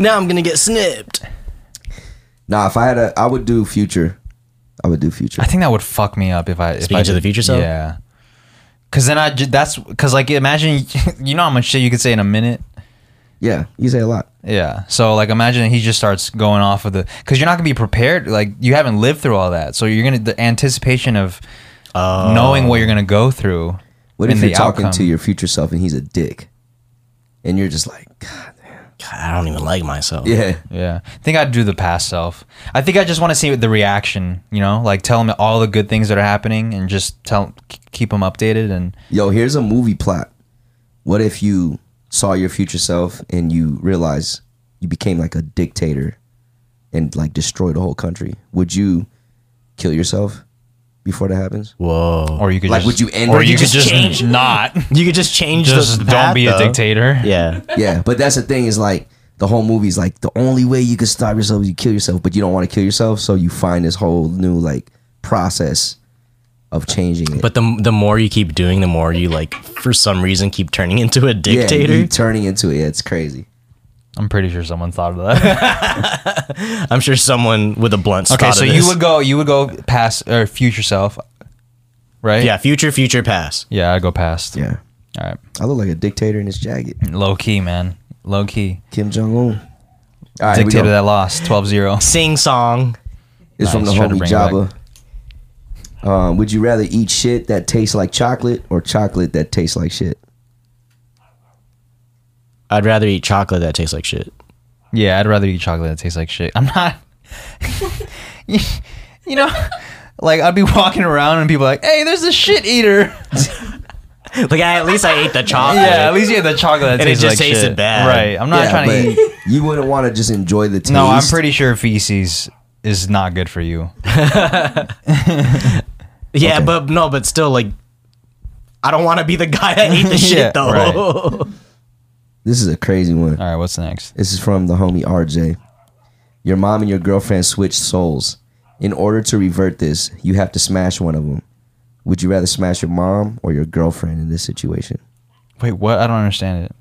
Speaker 2: now I'm gonna get snipped.
Speaker 3: Nah, if I had a, I would do future. I would do future.
Speaker 1: I think that would fuck me up if I if
Speaker 2: Speaking
Speaker 1: I
Speaker 2: to the future self?
Speaker 1: Yeah, because then I ju- that's because like imagine you know how much shit you could say in a minute.
Speaker 3: Yeah, you say a lot.
Speaker 1: Yeah, so like imagine he just starts going off of the because you're not gonna be prepared. Like you haven't lived through all that, so you're gonna the anticipation of
Speaker 2: Oh,
Speaker 1: knowing what you're gonna go through.
Speaker 3: What
Speaker 1: and
Speaker 3: if you're
Speaker 1: the
Speaker 3: talking to
Speaker 1: outcome.
Speaker 3: your future self and he's a dick, and you're just like, God,
Speaker 2: God, I don't even like myself.
Speaker 3: yeah,
Speaker 1: Yeah, I think I'd do the past self. I think I just want to see the reaction. You know, like tell him all the good things that are happening and just tell keep him updated and
Speaker 3: yo, here's a movie plot. What if you saw your future self and you realize you became like a dictator and like destroyed a whole country? Would you kill yourself before that happens?
Speaker 2: Whoa.
Speaker 1: or you could
Speaker 3: Like,
Speaker 1: just,
Speaker 3: would you end-
Speaker 1: or
Speaker 3: would
Speaker 1: you,
Speaker 3: you
Speaker 1: could
Speaker 3: just
Speaker 1: just
Speaker 2: change?
Speaker 1: not.
Speaker 2: You could just change
Speaker 1: just
Speaker 2: the
Speaker 1: don't
Speaker 2: path,
Speaker 1: be a
Speaker 2: though.
Speaker 1: dictator.
Speaker 2: Yeah.
Speaker 3: Yeah, but that's the thing is like the whole movie's like the only way you can stop yourself is you kill yourself, but you don't want to kill yourself, so you find this whole new like process of changing it.
Speaker 2: But the the more you keep doing, the more you like for some reason keep turning into a
Speaker 3: yeah,
Speaker 2: dictator.
Speaker 3: you turning into it. Yeah, it's crazy.
Speaker 1: I'm pretty sure someone thought of that.
Speaker 2: I'm sure someone with a blunt.
Speaker 1: okay,
Speaker 2: thought
Speaker 1: so
Speaker 2: of this.
Speaker 1: you would go, you would go past or future self, right?
Speaker 2: Yeah, future, future, past.
Speaker 1: yeah, I go past.
Speaker 3: Yeah.
Speaker 1: All right,
Speaker 3: I look like a dictator in this jacket.
Speaker 1: low key, man, low key.
Speaker 3: Kim Jong Un. All right, here we
Speaker 1: Dictator
Speaker 3: go.
Speaker 1: that lost 12-0.
Speaker 2: Sing song.
Speaker 3: It's from the
Speaker 1: Nice, try to
Speaker 3: homie
Speaker 1: bring it
Speaker 3: Jabba. Um, would you rather eat shit that tastes like chocolate or chocolate that tastes like shit?
Speaker 2: I'd rather eat chocolate that tastes like shit.
Speaker 1: Yeah, I'd rather eat chocolate that tastes like shit. I'm not, you, you know, like I'd be walking around and people are like, hey, there's a shit eater.
Speaker 2: Like I, at least I ate the chocolate.
Speaker 1: yeah, at least you had the chocolate that
Speaker 2: And it
Speaker 1: tastes
Speaker 2: just
Speaker 1: like
Speaker 2: tasted
Speaker 1: shit.
Speaker 2: bad.
Speaker 1: Right, I'm not
Speaker 3: Yeah,
Speaker 1: trying to
Speaker 3: but
Speaker 1: eat.
Speaker 3: You wouldn't want to just enjoy the taste.
Speaker 1: No, I'm pretty sure feces is not good for you.
Speaker 2: yeah, but no, but still, like, I don't want to be the guy that ate the shit
Speaker 1: Yeah,
Speaker 2: though.
Speaker 3: This is a crazy one.
Speaker 1: All right, what's next?
Speaker 3: This is from the homie RJ. Your mom and your girlfriend switched souls. In order to revert this, you have to smash one of them. Would you rather smash your mom or your girlfriend in this situation?
Speaker 1: Wait, what? I don't understand it.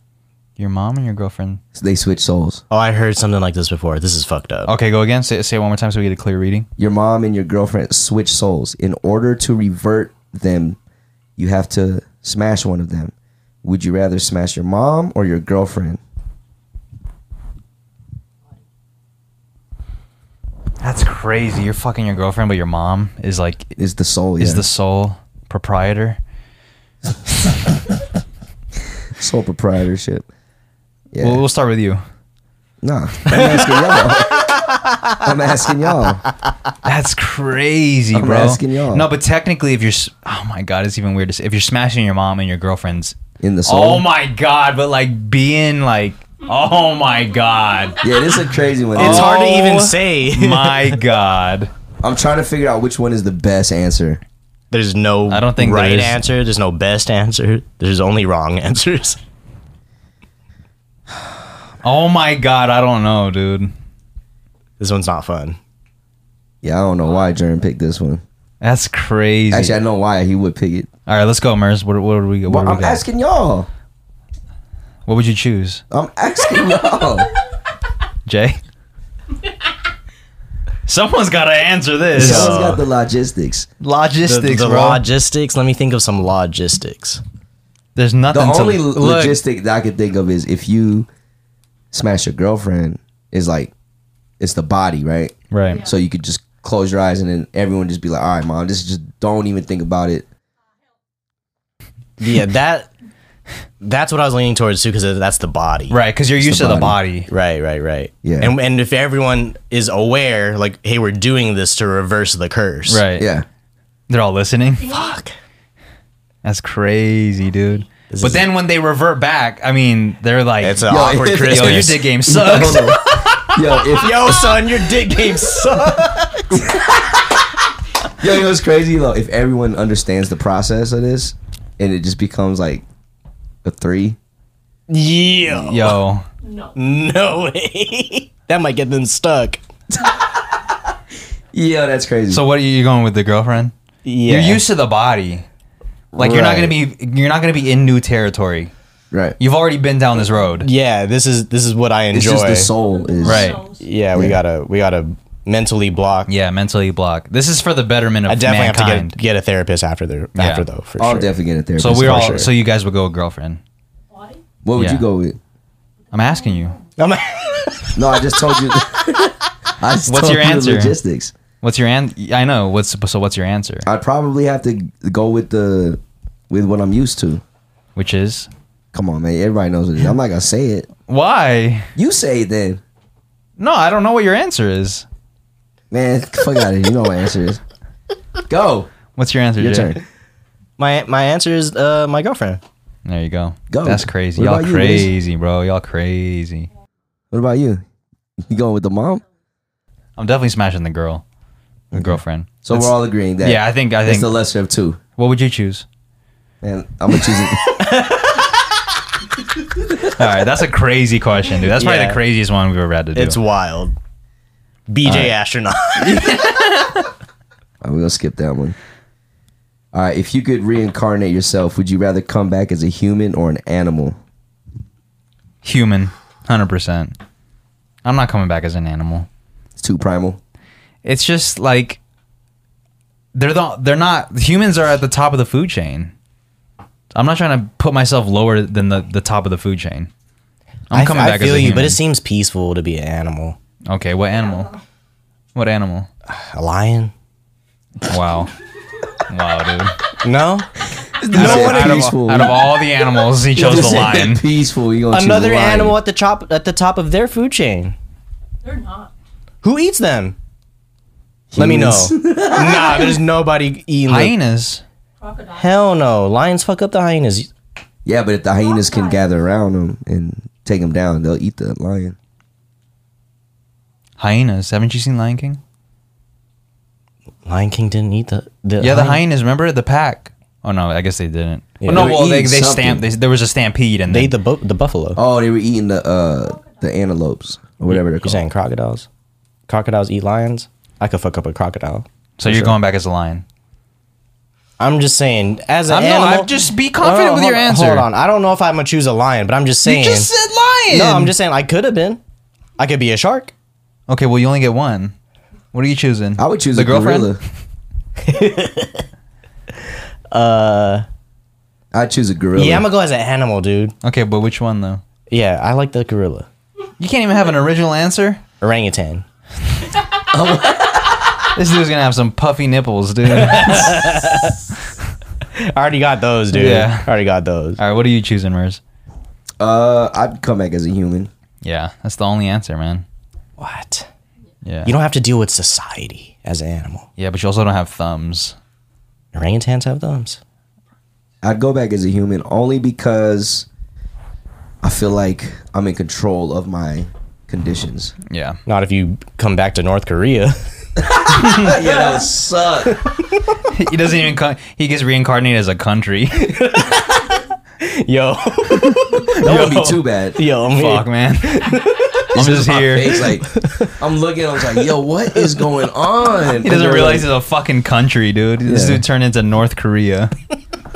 Speaker 1: Your mom and your girlfriend.
Speaker 3: They switch souls.
Speaker 2: Oh, I heard something like this before. This is fucked up.
Speaker 1: Okay, go again. Say, say it one more time so we get a clear reading.
Speaker 3: Your mom and your girlfriend switch souls. In order to revert them, you have to smash one of them. Would you rather smash your mom or your girlfriend?
Speaker 1: That's crazy. You're fucking your girlfriend, but your mom is like
Speaker 3: Is the soul
Speaker 1: is
Speaker 3: yeah.
Speaker 1: the sole proprietor.
Speaker 3: soul proprietorship? Yeah.
Speaker 1: Well, we'll start with you.
Speaker 3: nah. That man's yellow. I'm asking y'all.
Speaker 1: That's crazy,
Speaker 3: I'm
Speaker 1: bro.
Speaker 3: asking y'all.
Speaker 1: No, but technically, if you're, s- oh my god, it's even weird to say. If you're smashing your mom and your girlfriend's,
Speaker 3: In the soul.
Speaker 1: oh my god, but like being like, oh my god,
Speaker 3: Yeah, this is a crazy one.
Speaker 2: It's
Speaker 1: Oh.
Speaker 2: hard to even say.
Speaker 1: my god.
Speaker 3: I'm trying to figure out which one is the best answer.
Speaker 2: There's no
Speaker 1: I don't think
Speaker 2: right
Speaker 1: there is.
Speaker 2: answer. There's no best answer. There's only wrong answers.
Speaker 1: Oh my god, I don't know, dude.
Speaker 2: This one's not fun.
Speaker 3: Yeah, I don't know why Jern picked this one.
Speaker 1: That's crazy.
Speaker 3: Actually, I know why he would pick it.
Speaker 1: All right, let's go, Mers. What, what would we? What,
Speaker 3: Well,
Speaker 1: would we
Speaker 3: I'm
Speaker 1: got?
Speaker 3: asking y'all.
Speaker 1: what would you choose,
Speaker 3: I'm asking y'all.
Speaker 1: Jay? Someone's got to answer this.
Speaker 2: Yeah.
Speaker 3: Someone's got the logistics.
Speaker 2: The,
Speaker 1: Logistics,
Speaker 2: the
Speaker 1: bro.
Speaker 2: logistics. Let me think of some logistics.
Speaker 1: There's
Speaker 3: The
Speaker 1: nothing. to-
Speaker 3: only
Speaker 1: look,
Speaker 3: logistic that I could think of is if you smash your girlfriend, is like it's the body, right?
Speaker 1: Right.
Speaker 3: So you could just close your eyes and then everyone just be like, "All right, mom, this is just don't even think about it."
Speaker 2: Yeah, that. That's what I was leaning towards too, because that's the body.
Speaker 1: Right, because you're used
Speaker 3: the
Speaker 1: to the body.
Speaker 2: Right, right, right.
Speaker 3: Yeah.
Speaker 2: And and if everyone is aware, like, hey, we're doing this to reverse the curse.
Speaker 1: Right.
Speaker 3: Yeah,
Speaker 1: They're all listening.
Speaker 2: Fuck.
Speaker 1: That's crazy, dude.
Speaker 2: This
Speaker 1: but
Speaker 2: is-
Speaker 1: then when they revert back, I mean, they're like,
Speaker 2: It's an
Speaker 3: Yo,
Speaker 2: awkward
Speaker 3: if- yo,
Speaker 1: "Yo, your
Speaker 2: Christmas.
Speaker 1: dick game sucks."
Speaker 3: yo, if,
Speaker 2: Yo, son, your dick game sucks.
Speaker 3: yo, you know what's crazy though? If everyone understands the process of this, and it just becomes like a three,
Speaker 2: yeah.
Speaker 1: Yo,
Speaker 4: No.
Speaker 2: No way. that might get them stuck.
Speaker 3: yeah, that's crazy.
Speaker 1: so what are you going with the girlfriend?
Speaker 2: Yeah.
Speaker 1: You're used to the body. Like you're not gonna
Speaker 2: Right.
Speaker 1: be you're not gonna be in new territory.
Speaker 3: right,
Speaker 1: You've already been down this road.
Speaker 2: yeah, this is this is what I
Speaker 3: it's
Speaker 2: enjoy.
Speaker 3: just the soul is
Speaker 1: Right.
Speaker 2: Yeah, we
Speaker 3: Yeah.
Speaker 2: gotta we gotta mentally block.
Speaker 1: Yeah, mentally blocked. This is for the betterment of
Speaker 2: I definitely
Speaker 1: mankind.
Speaker 2: have to get, get a therapist after the
Speaker 1: Yeah.
Speaker 2: after though for
Speaker 3: I'll
Speaker 2: sure.
Speaker 3: definitely get a therapist.
Speaker 1: so we're
Speaker 3: for
Speaker 1: all
Speaker 3: sure.
Speaker 1: so you guys would go with girlfriend.
Speaker 4: Why?
Speaker 3: What would
Speaker 1: yeah.
Speaker 3: you go with?
Speaker 1: I'm asking you.
Speaker 2: I'm-
Speaker 3: No, I just told you. I just
Speaker 1: What's
Speaker 3: told
Speaker 1: your
Speaker 3: you the
Speaker 1: answer?
Speaker 3: logistics.
Speaker 1: What's your an? I know. What's so? What's your answer?
Speaker 3: I'd probably have to go with the with what I'm used to.
Speaker 1: Which is
Speaker 3: Come on, man. Everybody knows what it is. I'm not gonna say it.
Speaker 1: why?
Speaker 3: You say it then,
Speaker 1: No, I don't know what your answer is.
Speaker 3: man. Fuck out of here. You know what my answer is. Go.
Speaker 1: What's your answer?
Speaker 3: Your
Speaker 1: Jay?
Speaker 3: turn.
Speaker 2: my my answer is uh, my girlfriend.
Speaker 1: There you go.
Speaker 3: Go.
Speaker 1: That's crazy.
Speaker 3: What
Speaker 1: Y'all
Speaker 3: about you, Liz?
Speaker 1: crazy, bro. Y'all crazy.
Speaker 3: What about you? You going with the mom?
Speaker 1: I'm definitely smashing the girl, the girlfriend.
Speaker 3: So we're all agreeing that.
Speaker 1: Yeah, I think. I
Speaker 3: it's
Speaker 1: think.
Speaker 3: the lesser of two.
Speaker 1: what would you choose?
Speaker 3: And I'm gonna choose it.
Speaker 1: All right, that's a crazy question, dude. That's probably
Speaker 2: Yeah.
Speaker 1: the craziest one we've ever had to do.
Speaker 2: It's wild. BJ
Speaker 1: Alright.
Speaker 2: astronaut.
Speaker 3: I'm gonna skip that one. All right. If you could reincarnate yourself, would you rather come back as a human or an animal?
Speaker 1: human, hundred percent. I'm not coming back as an animal.
Speaker 3: It's too primal.
Speaker 1: It's just like they're the they're not humans are at the top of the food chain. I'm not trying to put myself lower than the, the top of the food chain. I'm coming
Speaker 2: I,
Speaker 1: back
Speaker 2: I feel
Speaker 1: as a
Speaker 2: you,
Speaker 1: human.
Speaker 2: but it seems peaceful to be an animal.
Speaker 1: okay, what animal? What animal?
Speaker 2: A lion?
Speaker 1: Wow. wow, dude.
Speaker 2: No.
Speaker 3: No
Speaker 1: out, of, out of all the animals, he chose the lion.
Speaker 3: Peaceful. You gonna choose
Speaker 2: Another
Speaker 3: the lion.
Speaker 2: animal at the top at the top of their food chain.
Speaker 4: They're not.
Speaker 2: Who eats them? Let me know.
Speaker 3: Humans.
Speaker 2: nah, there's nobody eating. The-
Speaker 1: Hyenas.
Speaker 4: Crocodile.
Speaker 2: Hell no. Lions fuck up the hyenas.
Speaker 3: Yeah, but if the hyenas can gather around them and take them down, they'll eat the lion.
Speaker 1: Hyenas. Haven't you seen Lion King?
Speaker 2: Lion King didn't eat the. the
Speaker 1: Yeah, the
Speaker 2: hyenas.
Speaker 1: hyenas. Remember the pack? Oh no, I guess they didn't.
Speaker 2: Yeah.
Speaker 1: Well, no,
Speaker 3: They were
Speaker 1: well they
Speaker 3: eating
Speaker 1: they
Speaker 3: something.
Speaker 1: stamped. They, there was a stampede and
Speaker 2: They
Speaker 1: they.
Speaker 2: ate the bu- the buffalo.
Speaker 3: Oh, they were eating the uh the antelopes or whatever they're
Speaker 2: You're
Speaker 3: called.
Speaker 2: saying crocodiles? Crocodiles eat lions? I could fuck up a crocodile.
Speaker 1: so you're going back as a lion.
Speaker 2: I'm just saying, as an
Speaker 1: I'm not-
Speaker 2: animal,
Speaker 1: I'm just- be confident with your
Speaker 2: hold-
Speaker 1: answer.
Speaker 2: Hold on, I don't know if I'm gonna choose a lion, but I'm just saying.
Speaker 1: said lion.
Speaker 2: no, I'm just saying I could have been. I could be a shark.
Speaker 1: Okay, well you only get one. What are you choosing?
Speaker 3: I would choose
Speaker 1: the
Speaker 3: a gorilla. uh, I choose a gorilla.
Speaker 2: Yeah, I'm gonna go as an animal, dude.
Speaker 1: Okay, but which one though?
Speaker 2: Yeah, I like the gorilla,
Speaker 1: You can't even have an original answer.
Speaker 2: orangutan.
Speaker 1: This dude's gonna have some puffy nipples, dude. All
Speaker 2: I already got those, dude.
Speaker 1: Yeah.
Speaker 2: I already got those.
Speaker 1: right, what are you choosing, Mers?
Speaker 3: uh, I'd come back as a human.
Speaker 1: Yeah, that's the only answer, man.
Speaker 2: What?
Speaker 5: Yeah.
Speaker 2: You don't have to deal with society as an animal.
Speaker 5: yeah, but you also don't have thumbs.
Speaker 2: Orangutans have thumbs.
Speaker 3: I'd go back as a human only because I feel like I'm in control of my conditions.
Speaker 5: Yeah.
Speaker 2: Not if you come back to North Korea.
Speaker 3: yeah, that would suck.
Speaker 1: he doesn't even. Co- he gets reincarnated as a country.
Speaker 2: Yo.
Speaker 3: That wouldn't be too bad.
Speaker 2: Yo, I'm
Speaker 1: Fuck, man. I'm just
Speaker 3: My
Speaker 1: here.
Speaker 3: face, like I'm looking, I was like, "Yo, what is going on?"
Speaker 1: He doesn't realize it's a fucking country, dude. This
Speaker 3: Yeah.
Speaker 1: dude turned into North Korea.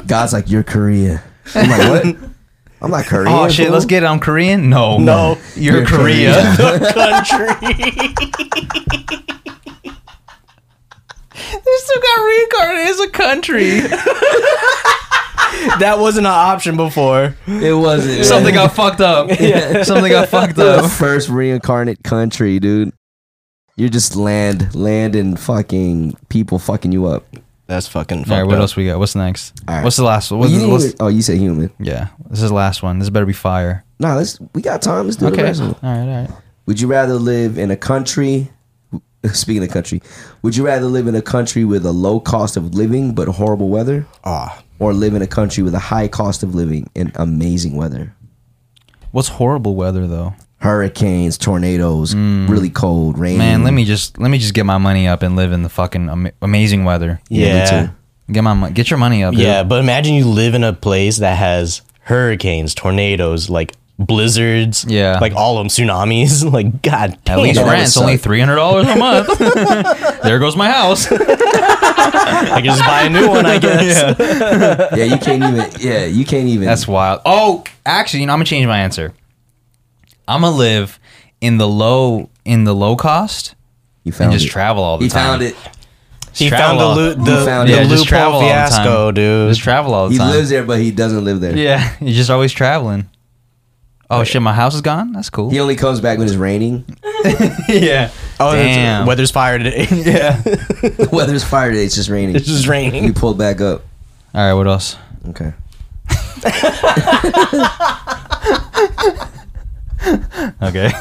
Speaker 3: God's like, "You're Korea." I'm like, "What?" I'm not Korean.
Speaker 1: Oh shit, let's
Speaker 3: fool.
Speaker 1: get it. I'm Korean. No,
Speaker 2: No.
Speaker 1: you're,
Speaker 3: You're
Speaker 1: Korea.
Speaker 2: country.
Speaker 1: This dude got reincarnated as a country.
Speaker 2: that wasn't an option before.
Speaker 3: It wasn't
Speaker 1: Something
Speaker 3: man.
Speaker 1: got fucked up. Something got fucked
Speaker 3: the
Speaker 1: up.
Speaker 3: first reincarnate country, dude. You're just land, land, and fucking people fucking you up.
Speaker 2: That's fucking fucked
Speaker 1: All right, what
Speaker 2: up.
Speaker 1: else we got? What's next?
Speaker 3: All right.
Speaker 1: What's the last one? What's,
Speaker 3: You didn't
Speaker 1: what's-
Speaker 3: even- oh, you said human.
Speaker 1: yeah, this is the last one. This better be fire.
Speaker 3: Nah, let's. We got time. Let's do the
Speaker 1: Okay.
Speaker 3: rest.
Speaker 1: All
Speaker 3: of
Speaker 1: right,
Speaker 3: it.
Speaker 1: all right.
Speaker 3: Would you rather live in a country? Speaking of country, would you rather live in a country with a low cost of living but horrible weather,
Speaker 2: Ah,
Speaker 3: or live in a country with a high cost of living and amazing weather?
Speaker 1: What's horrible weather though?
Speaker 3: Hurricanes, tornadoes, really cold, rain.
Speaker 1: Mm. Man, let me just let me just get my money up and live in the fucking ama- amazing weather.
Speaker 3: Yeah, me
Speaker 2: yeah.
Speaker 3: too.
Speaker 1: Get my mon- get your money up. dude.
Speaker 2: Yeah, but imagine you live in a place that has hurricanes, tornadoes, like blizzards,
Speaker 1: Yeah.
Speaker 2: like all of them tsunamis. like, god damn.
Speaker 1: At least
Speaker 3: that would
Speaker 1: rent's only
Speaker 3: suck.
Speaker 1: three hundred dollars a month. there goes my house.
Speaker 2: I can just buy a new one, I guess.
Speaker 3: Yeah, you can't even. Yeah, you can't even.
Speaker 1: That's wild. Oh, actually, you know, I'm gonna change my answer. I'm gonna live in the low in the low cost
Speaker 3: you found
Speaker 1: and just
Speaker 3: it.
Speaker 1: travel all the
Speaker 3: He
Speaker 1: time.
Speaker 3: found it.
Speaker 2: He
Speaker 1: Travel
Speaker 2: found the,
Speaker 1: all-
Speaker 2: loo- the,
Speaker 3: found
Speaker 2: the
Speaker 3: it. Yeah,
Speaker 1: just travel all
Speaker 2: loophole
Speaker 1: the time.
Speaker 2: fiasco, dude.
Speaker 1: Just travel all the
Speaker 3: He
Speaker 1: time.
Speaker 3: lives there, but he doesn't live there.
Speaker 1: yeah, you're just always traveling. Oh shit, my house is gone. That's cool.
Speaker 3: He only comes back when it's raining.
Speaker 1: yeah.
Speaker 2: oh, it's-
Speaker 1: Damn.
Speaker 2: weather's fire today. yeah.
Speaker 3: the weather's fire today. It's just raining.
Speaker 2: It's just
Speaker 3: we
Speaker 2: raining.
Speaker 3: pulled back up.
Speaker 1: All right. What else?
Speaker 3: Okay.
Speaker 1: Okay.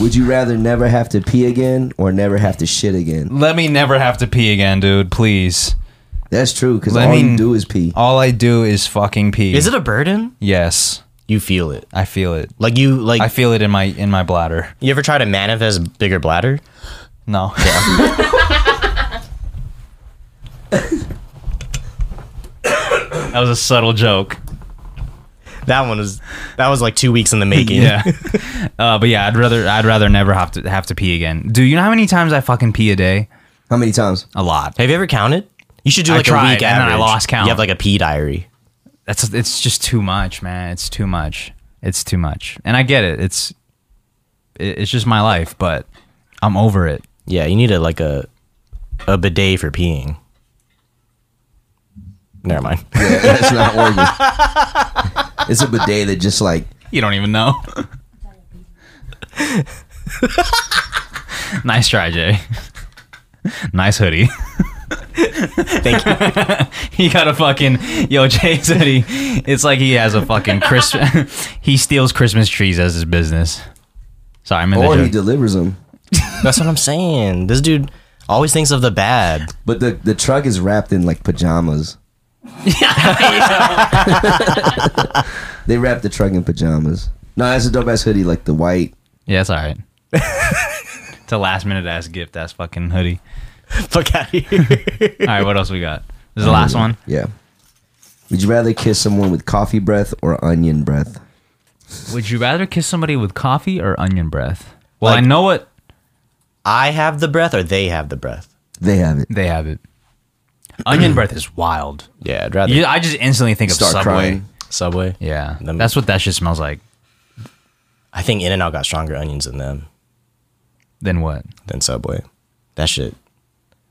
Speaker 3: Would you rather never have to pee again or never have to shit again?
Speaker 1: Let me never have to pee again, dude. Please.
Speaker 3: That's true because
Speaker 1: Let
Speaker 3: all
Speaker 1: me-
Speaker 3: you do is pee.
Speaker 1: All I do is fucking pee.
Speaker 2: Is it a burden?
Speaker 1: Yes,
Speaker 2: You feel it.
Speaker 1: I feel it.
Speaker 2: Like you like
Speaker 1: I feel it in my in my bladder.
Speaker 2: you ever try to manifest bigger bladder?
Speaker 1: No. that was a subtle joke.
Speaker 2: That one was that was like 2 weeks in the making.
Speaker 1: Yeah. uh, but yeah, I'd rather I'd rather never have to have to pee again. Do you know how many times I fucking pee a day?
Speaker 3: How many times?
Speaker 1: A lot.
Speaker 2: Have you ever counted? You should do
Speaker 1: I
Speaker 2: like a
Speaker 1: tried,
Speaker 2: week
Speaker 1: and then I
Speaker 2: average.
Speaker 1: lost count.
Speaker 2: You have like a pee diary.
Speaker 1: That's it's just too much, man. It's too much. It's too much. And I get it. It's it, it's just my life, but I'm over it.
Speaker 2: Yeah, you need a like a a bidet for peeing. Never mind.
Speaker 3: Yeah, that's not organ. It's a bidet that just like
Speaker 1: You don't even know. nice try, Jay. nice hoodie.
Speaker 2: Thank you.
Speaker 1: he got a fucking yo Jay's hoodie. It's like he has a fucking Christmas. he steals Christmas trees as his business. Sorry, I'm in
Speaker 3: or
Speaker 1: the
Speaker 3: he
Speaker 1: joke.
Speaker 3: delivers them.
Speaker 2: That's what I'm saying. This dude always thinks of the bad.
Speaker 3: But the the truck is wrapped in like pajamas. they wrap the truck in pajamas. No, that's a dope ass hoodie, like the white.
Speaker 1: yeah, it's all right. it's a last minute ass gift ass fucking hoodie.
Speaker 2: Fuck out of here.
Speaker 1: All right, what else we got? This is the last one.
Speaker 3: Yeah. Would you rather kiss someone with coffee breath or onion breath?
Speaker 1: Would you rather kiss somebody with coffee or onion breath? Well,
Speaker 2: Like-
Speaker 1: I know it.
Speaker 2: I have the breath or they have the breath.
Speaker 3: They have it.
Speaker 1: They have it. Onion breath is wild.
Speaker 2: Yeah, I'd rather
Speaker 1: You, I just instantly think of
Speaker 3: Start
Speaker 1: Subway.
Speaker 3: crying.
Speaker 2: Subway.
Speaker 1: Yeah,
Speaker 2: Them-
Speaker 1: that's what that shit smells like.
Speaker 2: I think In and Out got stronger onions than them
Speaker 1: Then what?
Speaker 2: than Subway. That shit.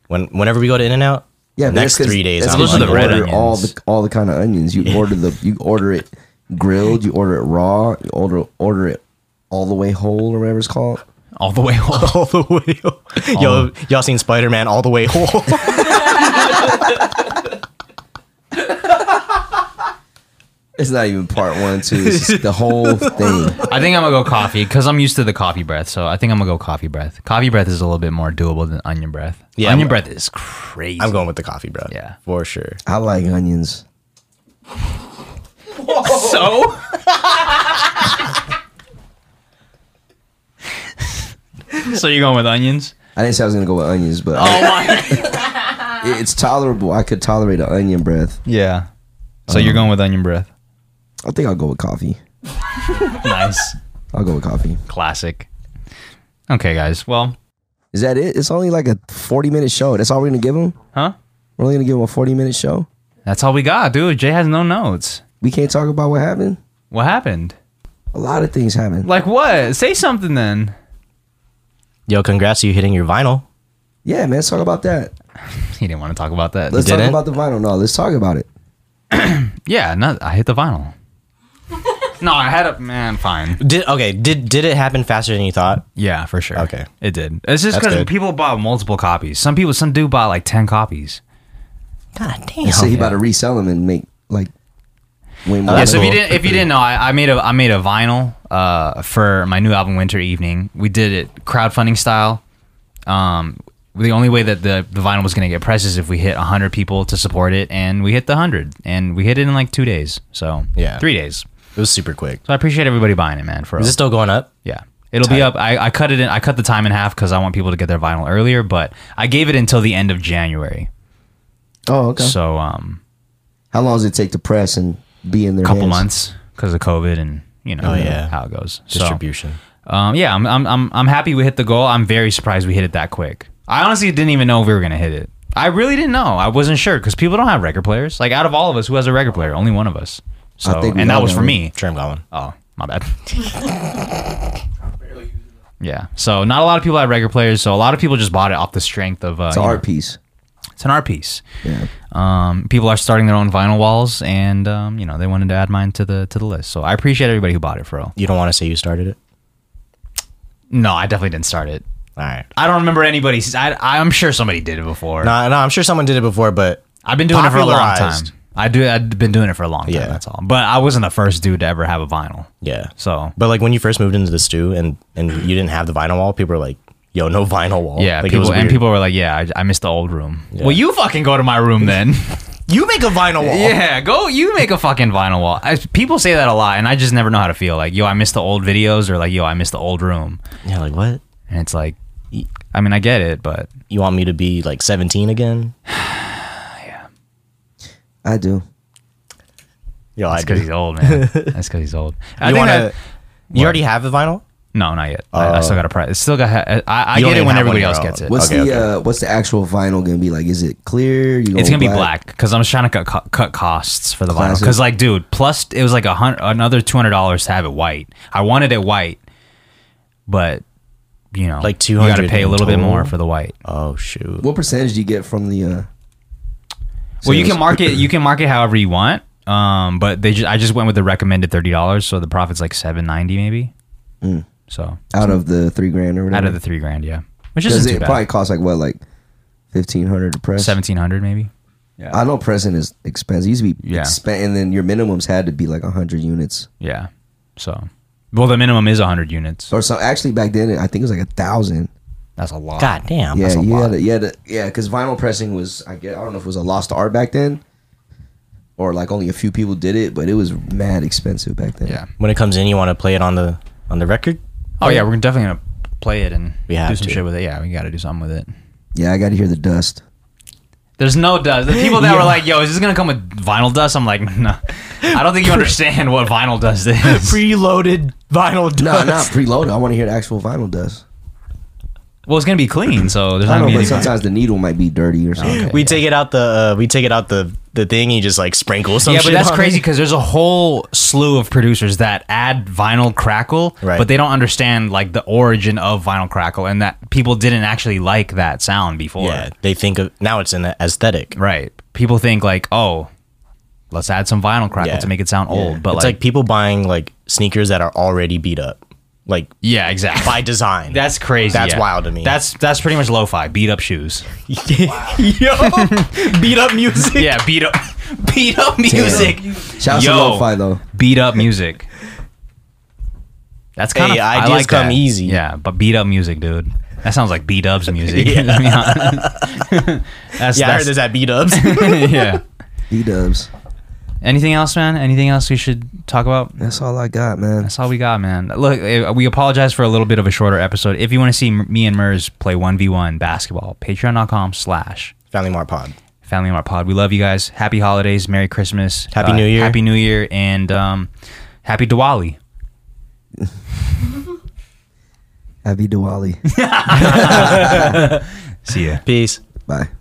Speaker 2: When whenever we go to In and Out,
Speaker 3: Yeah, but
Speaker 2: next
Speaker 3: that's 'cause-
Speaker 2: three days.
Speaker 3: that's
Speaker 2: I'm
Speaker 3: 'cause
Speaker 1: Those are
Speaker 2: on
Speaker 1: the
Speaker 3: you
Speaker 2: your
Speaker 1: red
Speaker 2: word.
Speaker 3: order all
Speaker 1: onions.
Speaker 3: the all the kind of onions. You order the you order it grilled, you order it raw, you order order it all the way whole or whatever it's called.
Speaker 1: All the way home.
Speaker 2: all the way. Yo, y'all seen Spider Man all the way whole?
Speaker 3: It's not even part one, two. It's just the whole thing.
Speaker 1: I think I'm gonna go coffee because I'm used to the coffee breath. So I think I'm gonna go coffee breath. Coffee breath is a little bit more doable than onion breath.
Speaker 2: Yeah,
Speaker 1: onion
Speaker 2: I'm-
Speaker 1: breath is crazy.
Speaker 2: I'm going with the coffee, bro.
Speaker 1: Yeah.
Speaker 2: for sure.
Speaker 3: I like onions.
Speaker 1: so. so you're going with onions?
Speaker 3: I didn't say I was gonna go with onions, but I-
Speaker 1: my!
Speaker 3: it- it's tolerable. I could tolerate an onion breath.
Speaker 1: Yeah. So you're going with onion breath.
Speaker 3: I think I'll go with coffee.
Speaker 1: Nice,
Speaker 3: I'll go with coffee.
Speaker 1: classic. Okay, guys. Well,
Speaker 3: Is that it? It's only like a forty-minute show. That's all we're gonna give them.
Speaker 1: huh?
Speaker 3: We're only gonna give them a forty-minute show.
Speaker 1: That's all we got, dude. Jay has no notes.
Speaker 3: We can't talk about what happened.
Speaker 1: What happened?
Speaker 3: A lot of things happened.
Speaker 1: Like what? Say something then.
Speaker 2: Yo, congrats to you hitting your vinyl.
Speaker 3: Yeah, man. Let's talk about that.
Speaker 1: He didn't want to talk about that.
Speaker 3: Let's talk
Speaker 2: didn't?
Speaker 3: about the vinyl. No, let's talk about it.
Speaker 1: Yeah, no, I hit the vinyl. no, I had a man. Fine.
Speaker 2: Did okay? Did did it happen faster than you thought?
Speaker 1: Yeah, for sure.
Speaker 2: Okay.
Speaker 1: it did. It's just
Speaker 2: That's
Speaker 1: because
Speaker 2: good.
Speaker 1: people bought multiple copies. Some people, some dude bought like ten copies.
Speaker 2: God
Speaker 1: Oh,
Speaker 2: damn.
Speaker 3: so he about to resell them and make like way more.
Speaker 1: yeah.
Speaker 2: That's
Speaker 1: So if you
Speaker 2: cool.
Speaker 1: didn't, if you didn't know, I, I made a I made a vinyl uh, for my new album Winter Evening. We did it crowdfunding style. Um, the only way that the, the vinyl was going to get pressed is if we hit 100 people to support it, and we hit the 100, and we hit it in like two days. So
Speaker 2: Yeah.
Speaker 1: three days.
Speaker 2: It was super quick.
Speaker 1: So I appreciate everybody buying it, man. For
Speaker 2: Is
Speaker 1: real.
Speaker 2: it still going up?
Speaker 1: Yeah. It'll be up. I, I cut it in. I cut the time in half because I want people to get their vinyl earlier, but I gave it until the end of January.
Speaker 3: oh, okay.
Speaker 1: So, um,
Speaker 3: How long does it take to press and be in their
Speaker 1: a couple
Speaker 3: hands?
Speaker 1: months because of COVID and, you know,
Speaker 2: Oh, yeah.
Speaker 1: how it goes. So,
Speaker 2: Distribution.
Speaker 1: um, yeah, I'm, I'm, I'm, I'm happy we hit the goal. I'm very surprised we hit it that quick. I honestly didn't even know if we were going to hit it. I really didn't know. I wasn't sure because people don't have record players. Like, out of all of us, who has a record player? Only one of us. So,
Speaker 3: think we
Speaker 1: and that
Speaker 3: all
Speaker 1: was for
Speaker 3: know.
Speaker 1: me.
Speaker 2: Sure, I'm going.
Speaker 1: Oh, my bad. yeah. So not a lot of people had record players, so a lot of people just bought it off the strength of uh,
Speaker 3: It's an art piece.
Speaker 1: It's an art piece.
Speaker 3: Yeah.
Speaker 1: Um, people are starting their own vinyl walls, and um, you know they wanted to add mine to the to the list. So I appreciate everybody who bought it, bro.
Speaker 2: You don't want to say you started it.
Speaker 1: No, I definitely didn't start it.
Speaker 2: All right.
Speaker 1: I don't remember anybody. s- I, I'm sure somebody did it before.
Speaker 2: No, no, I'm sure someone did it before, but
Speaker 1: I've been doing it for a long time.
Speaker 2: popularized.
Speaker 1: I do. I've been doing it for a long time.
Speaker 2: Yeah.
Speaker 1: That's all. But I wasn't the first dude to ever have a vinyl.
Speaker 2: yeah.
Speaker 1: So
Speaker 2: But like when you first moved into the stew and and you didn't have the vinyl wall, people were like, "Yo, no vinyl wall."
Speaker 1: Yeah,
Speaker 2: like, it was
Speaker 1: people and
Speaker 2: weird.
Speaker 1: people were like, "Yeah, I, I missed the old room." Well, you fucking go to my room then.
Speaker 2: you make a vinyl wall.
Speaker 1: yeah, go. You make a fucking vinyl wall. I, people say that a lot, and I just never know how to feel. Like, yo, I miss the old videos, or like, yo, I miss the old room.
Speaker 2: Yeah, like what?
Speaker 1: And it's like, I mean, I get it, but
Speaker 2: You want me to be like 17 again?
Speaker 3: I do.
Speaker 2: Yo, I
Speaker 1: that's because
Speaker 2: do.
Speaker 1: he's old, man. That's because he's old. I
Speaker 2: You
Speaker 1: think
Speaker 2: want
Speaker 1: that-
Speaker 2: to? You already have the vinyl?
Speaker 1: no, not yet. I, I still got to price. Still got. I, I
Speaker 2: Oh. You don't
Speaker 1: get it
Speaker 2: even
Speaker 1: when
Speaker 2: have
Speaker 1: everybody
Speaker 2: one
Speaker 1: else
Speaker 2: of your
Speaker 1: gets
Speaker 2: own.
Speaker 1: it.
Speaker 3: What's
Speaker 2: Okay,
Speaker 3: the
Speaker 2: okay.
Speaker 3: Uh, what's the actual vinyl gonna be like? Is it clear? You
Speaker 1: It's gonna be black because I'm trying to cut, cut, cut costs for the vinyl.
Speaker 3: Classic.
Speaker 1: Because like, dude, plus it was like a hundred, another two hundred dollars to have it white. I wanted it white, but you know,
Speaker 2: Like
Speaker 1: you got to
Speaker 2: $200
Speaker 1: pay a
Speaker 2: in
Speaker 1: little bit
Speaker 2: total?
Speaker 1: more for the white.
Speaker 2: Oh shoot.
Speaker 3: What percentage do you get from the? Uh,
Speaker 1: Well, you
Speaker 3: sales?
Speaker 1: can market, you can market however you want. Um, but they, ju- I just went with the recommended thirty dollars, so the profit's like seven ninety maybe. So
Speaker 3: out of the three grand or
Speaker 1: out
Speaker 3: whatever.
Speaker 1: of the three grand, yeah, which
Speaker 3: Because
Speaker 1: isn't too
Speaker 3: it probably
Speaker 1: bad.
Speaker 3: costs like what like fifteen hundred to press.
Speaker 1: Seventeen hundred maybe.
Speaker 3: I know pressing is expensive. It used to be
Speaker 1: Yeah.
Speaker 3: expen- and then your minimums had to be like hundred units
Speaker 1: Yeah. So, well, the minimum is hundred units.
Speaker 3: or so. Actually, back then I think it was like a thousand.
Speaker 1: That's a lot.
Speaker 2: God damn.
Speaker 3: Yeah,
Speaker 2: that's a
Speaker 3: you
Speaker 2: lot.
Speaker 3: had, a, you had a, yeah, because vinyl pressing was I get I don't know if it was a lost art back then, or like only a few people did it, but it was mad expensive back then.
Speaker 1: Yeah.
Speaker 2: when it comes in, you want to play it on the on the record.
Speaker 1: Oh yeah, we're definitely gonna play it and
Speaker 2: We
Speaker 1: do
Speaker 2: have
Speaker 1: some
Speaker 2: to.
Speaker 1: shit with it. Yeah, we gotta do something with it.
Speaker 3: yeah, I got to hear the dust.
Speaker 1: There's no dust. The people that were like, "Yo, is this gonna come with vinyl dust?" I'm like, "No, I don't think you understand what vinyl dust is."
Speaker 2: Preloaded vinyl.
Speaker 3: No, not preloaded. I want to hear the actual vinyl dust.
Speaker 1: well, it's gonna be clean, so there's
Speaker 3: I
Speaker 1: not
Speaker 3: know,
Speaker 1: gonna be
Speaker 3: but
Speaker 1: any.
Speaker 3: sometimes the needle might be dirty or something.
Speaker 2: we take it out the uh, we take it out the the thing. You just like sprinkle some.
Speaker 1: yeah, but
Speaker 2: shit
Speaker 1: that's
Speaker 2: on
Speaker 1: crazy
Speaker 2: it.
Speaker 1: because there's a whole slew of producers that add vinyl crackle,
Speaker 2: Right.
Speaker 1: but they don't understand like the origin of vinyl crackle and that people didn't actually like that sound before.
Speaker 2: Yeah, they think of now it's an aesthetic.
Speaker 1: Right. People think like, "Oh, let's add some vinyl crackle
Speaker 2: Yeah.
Speaker 1: to make it sound old," but
Speaker 2: it's like,
Speaker 1: like,
Speaker 2: people buying like sneakers that are already beat up, like
Speaker 1: yeah, exactly.
Speaker 2: by design.
Speaker 1: That's crazy.
Speaker 2: That's
Speaker 1: yeah.
Speaker 2: wild to me.
Speaker 1: That's that's pretty much lo-fi. Beat up shoes.
Speaker 2: yo beat up music.
Speaker 1: yeah, beat up beat up music.
Speaker 3: Shout out to
Speaker 1: Yo.
Speaker 3: Lo-Fi though.
Speaker 1: Beat up music. That's kind
Speaker 2: Hey,
Speaker 1: of I
Speaker 2: ideas
Speaker 1: like
Speaker 2: come
Speaker 1: that.
Speaker 2: easy.
Speaker 1: Yeah, but beat up music, dude. That sounds like beat ups music. to be honest. that's
Speaker 2: Yeah, I
Speaker 1: that's-
Speaker 2: heard there's at beat ups.
Speaker 1: yeah.
Speaker 3: B Dubs.
Speaker 1: Anything else, man? Anything else we should talk about?
Speaker 3: That's all I got, man.
Speaker 1: That's all we got, man. Look, eh, we apologize for a little bit of a shorter episode. If you want to see m- me and Murs play 1v1 basketball, patreon.com slash
Speaker 2: Family Mart Pod.
Speaker 1: Family Mart Pod. We love you guys. Happy holidays. Merry Christmas. Uh,
Speaker 2: Happy New Year.
Speaker 1: Happy New Year. And um, happy Diwali.
Speaker 3: Happy Diwali.
Speaker 1: See ya.
Speaker 2: Peace.
Speaker 3: Bye.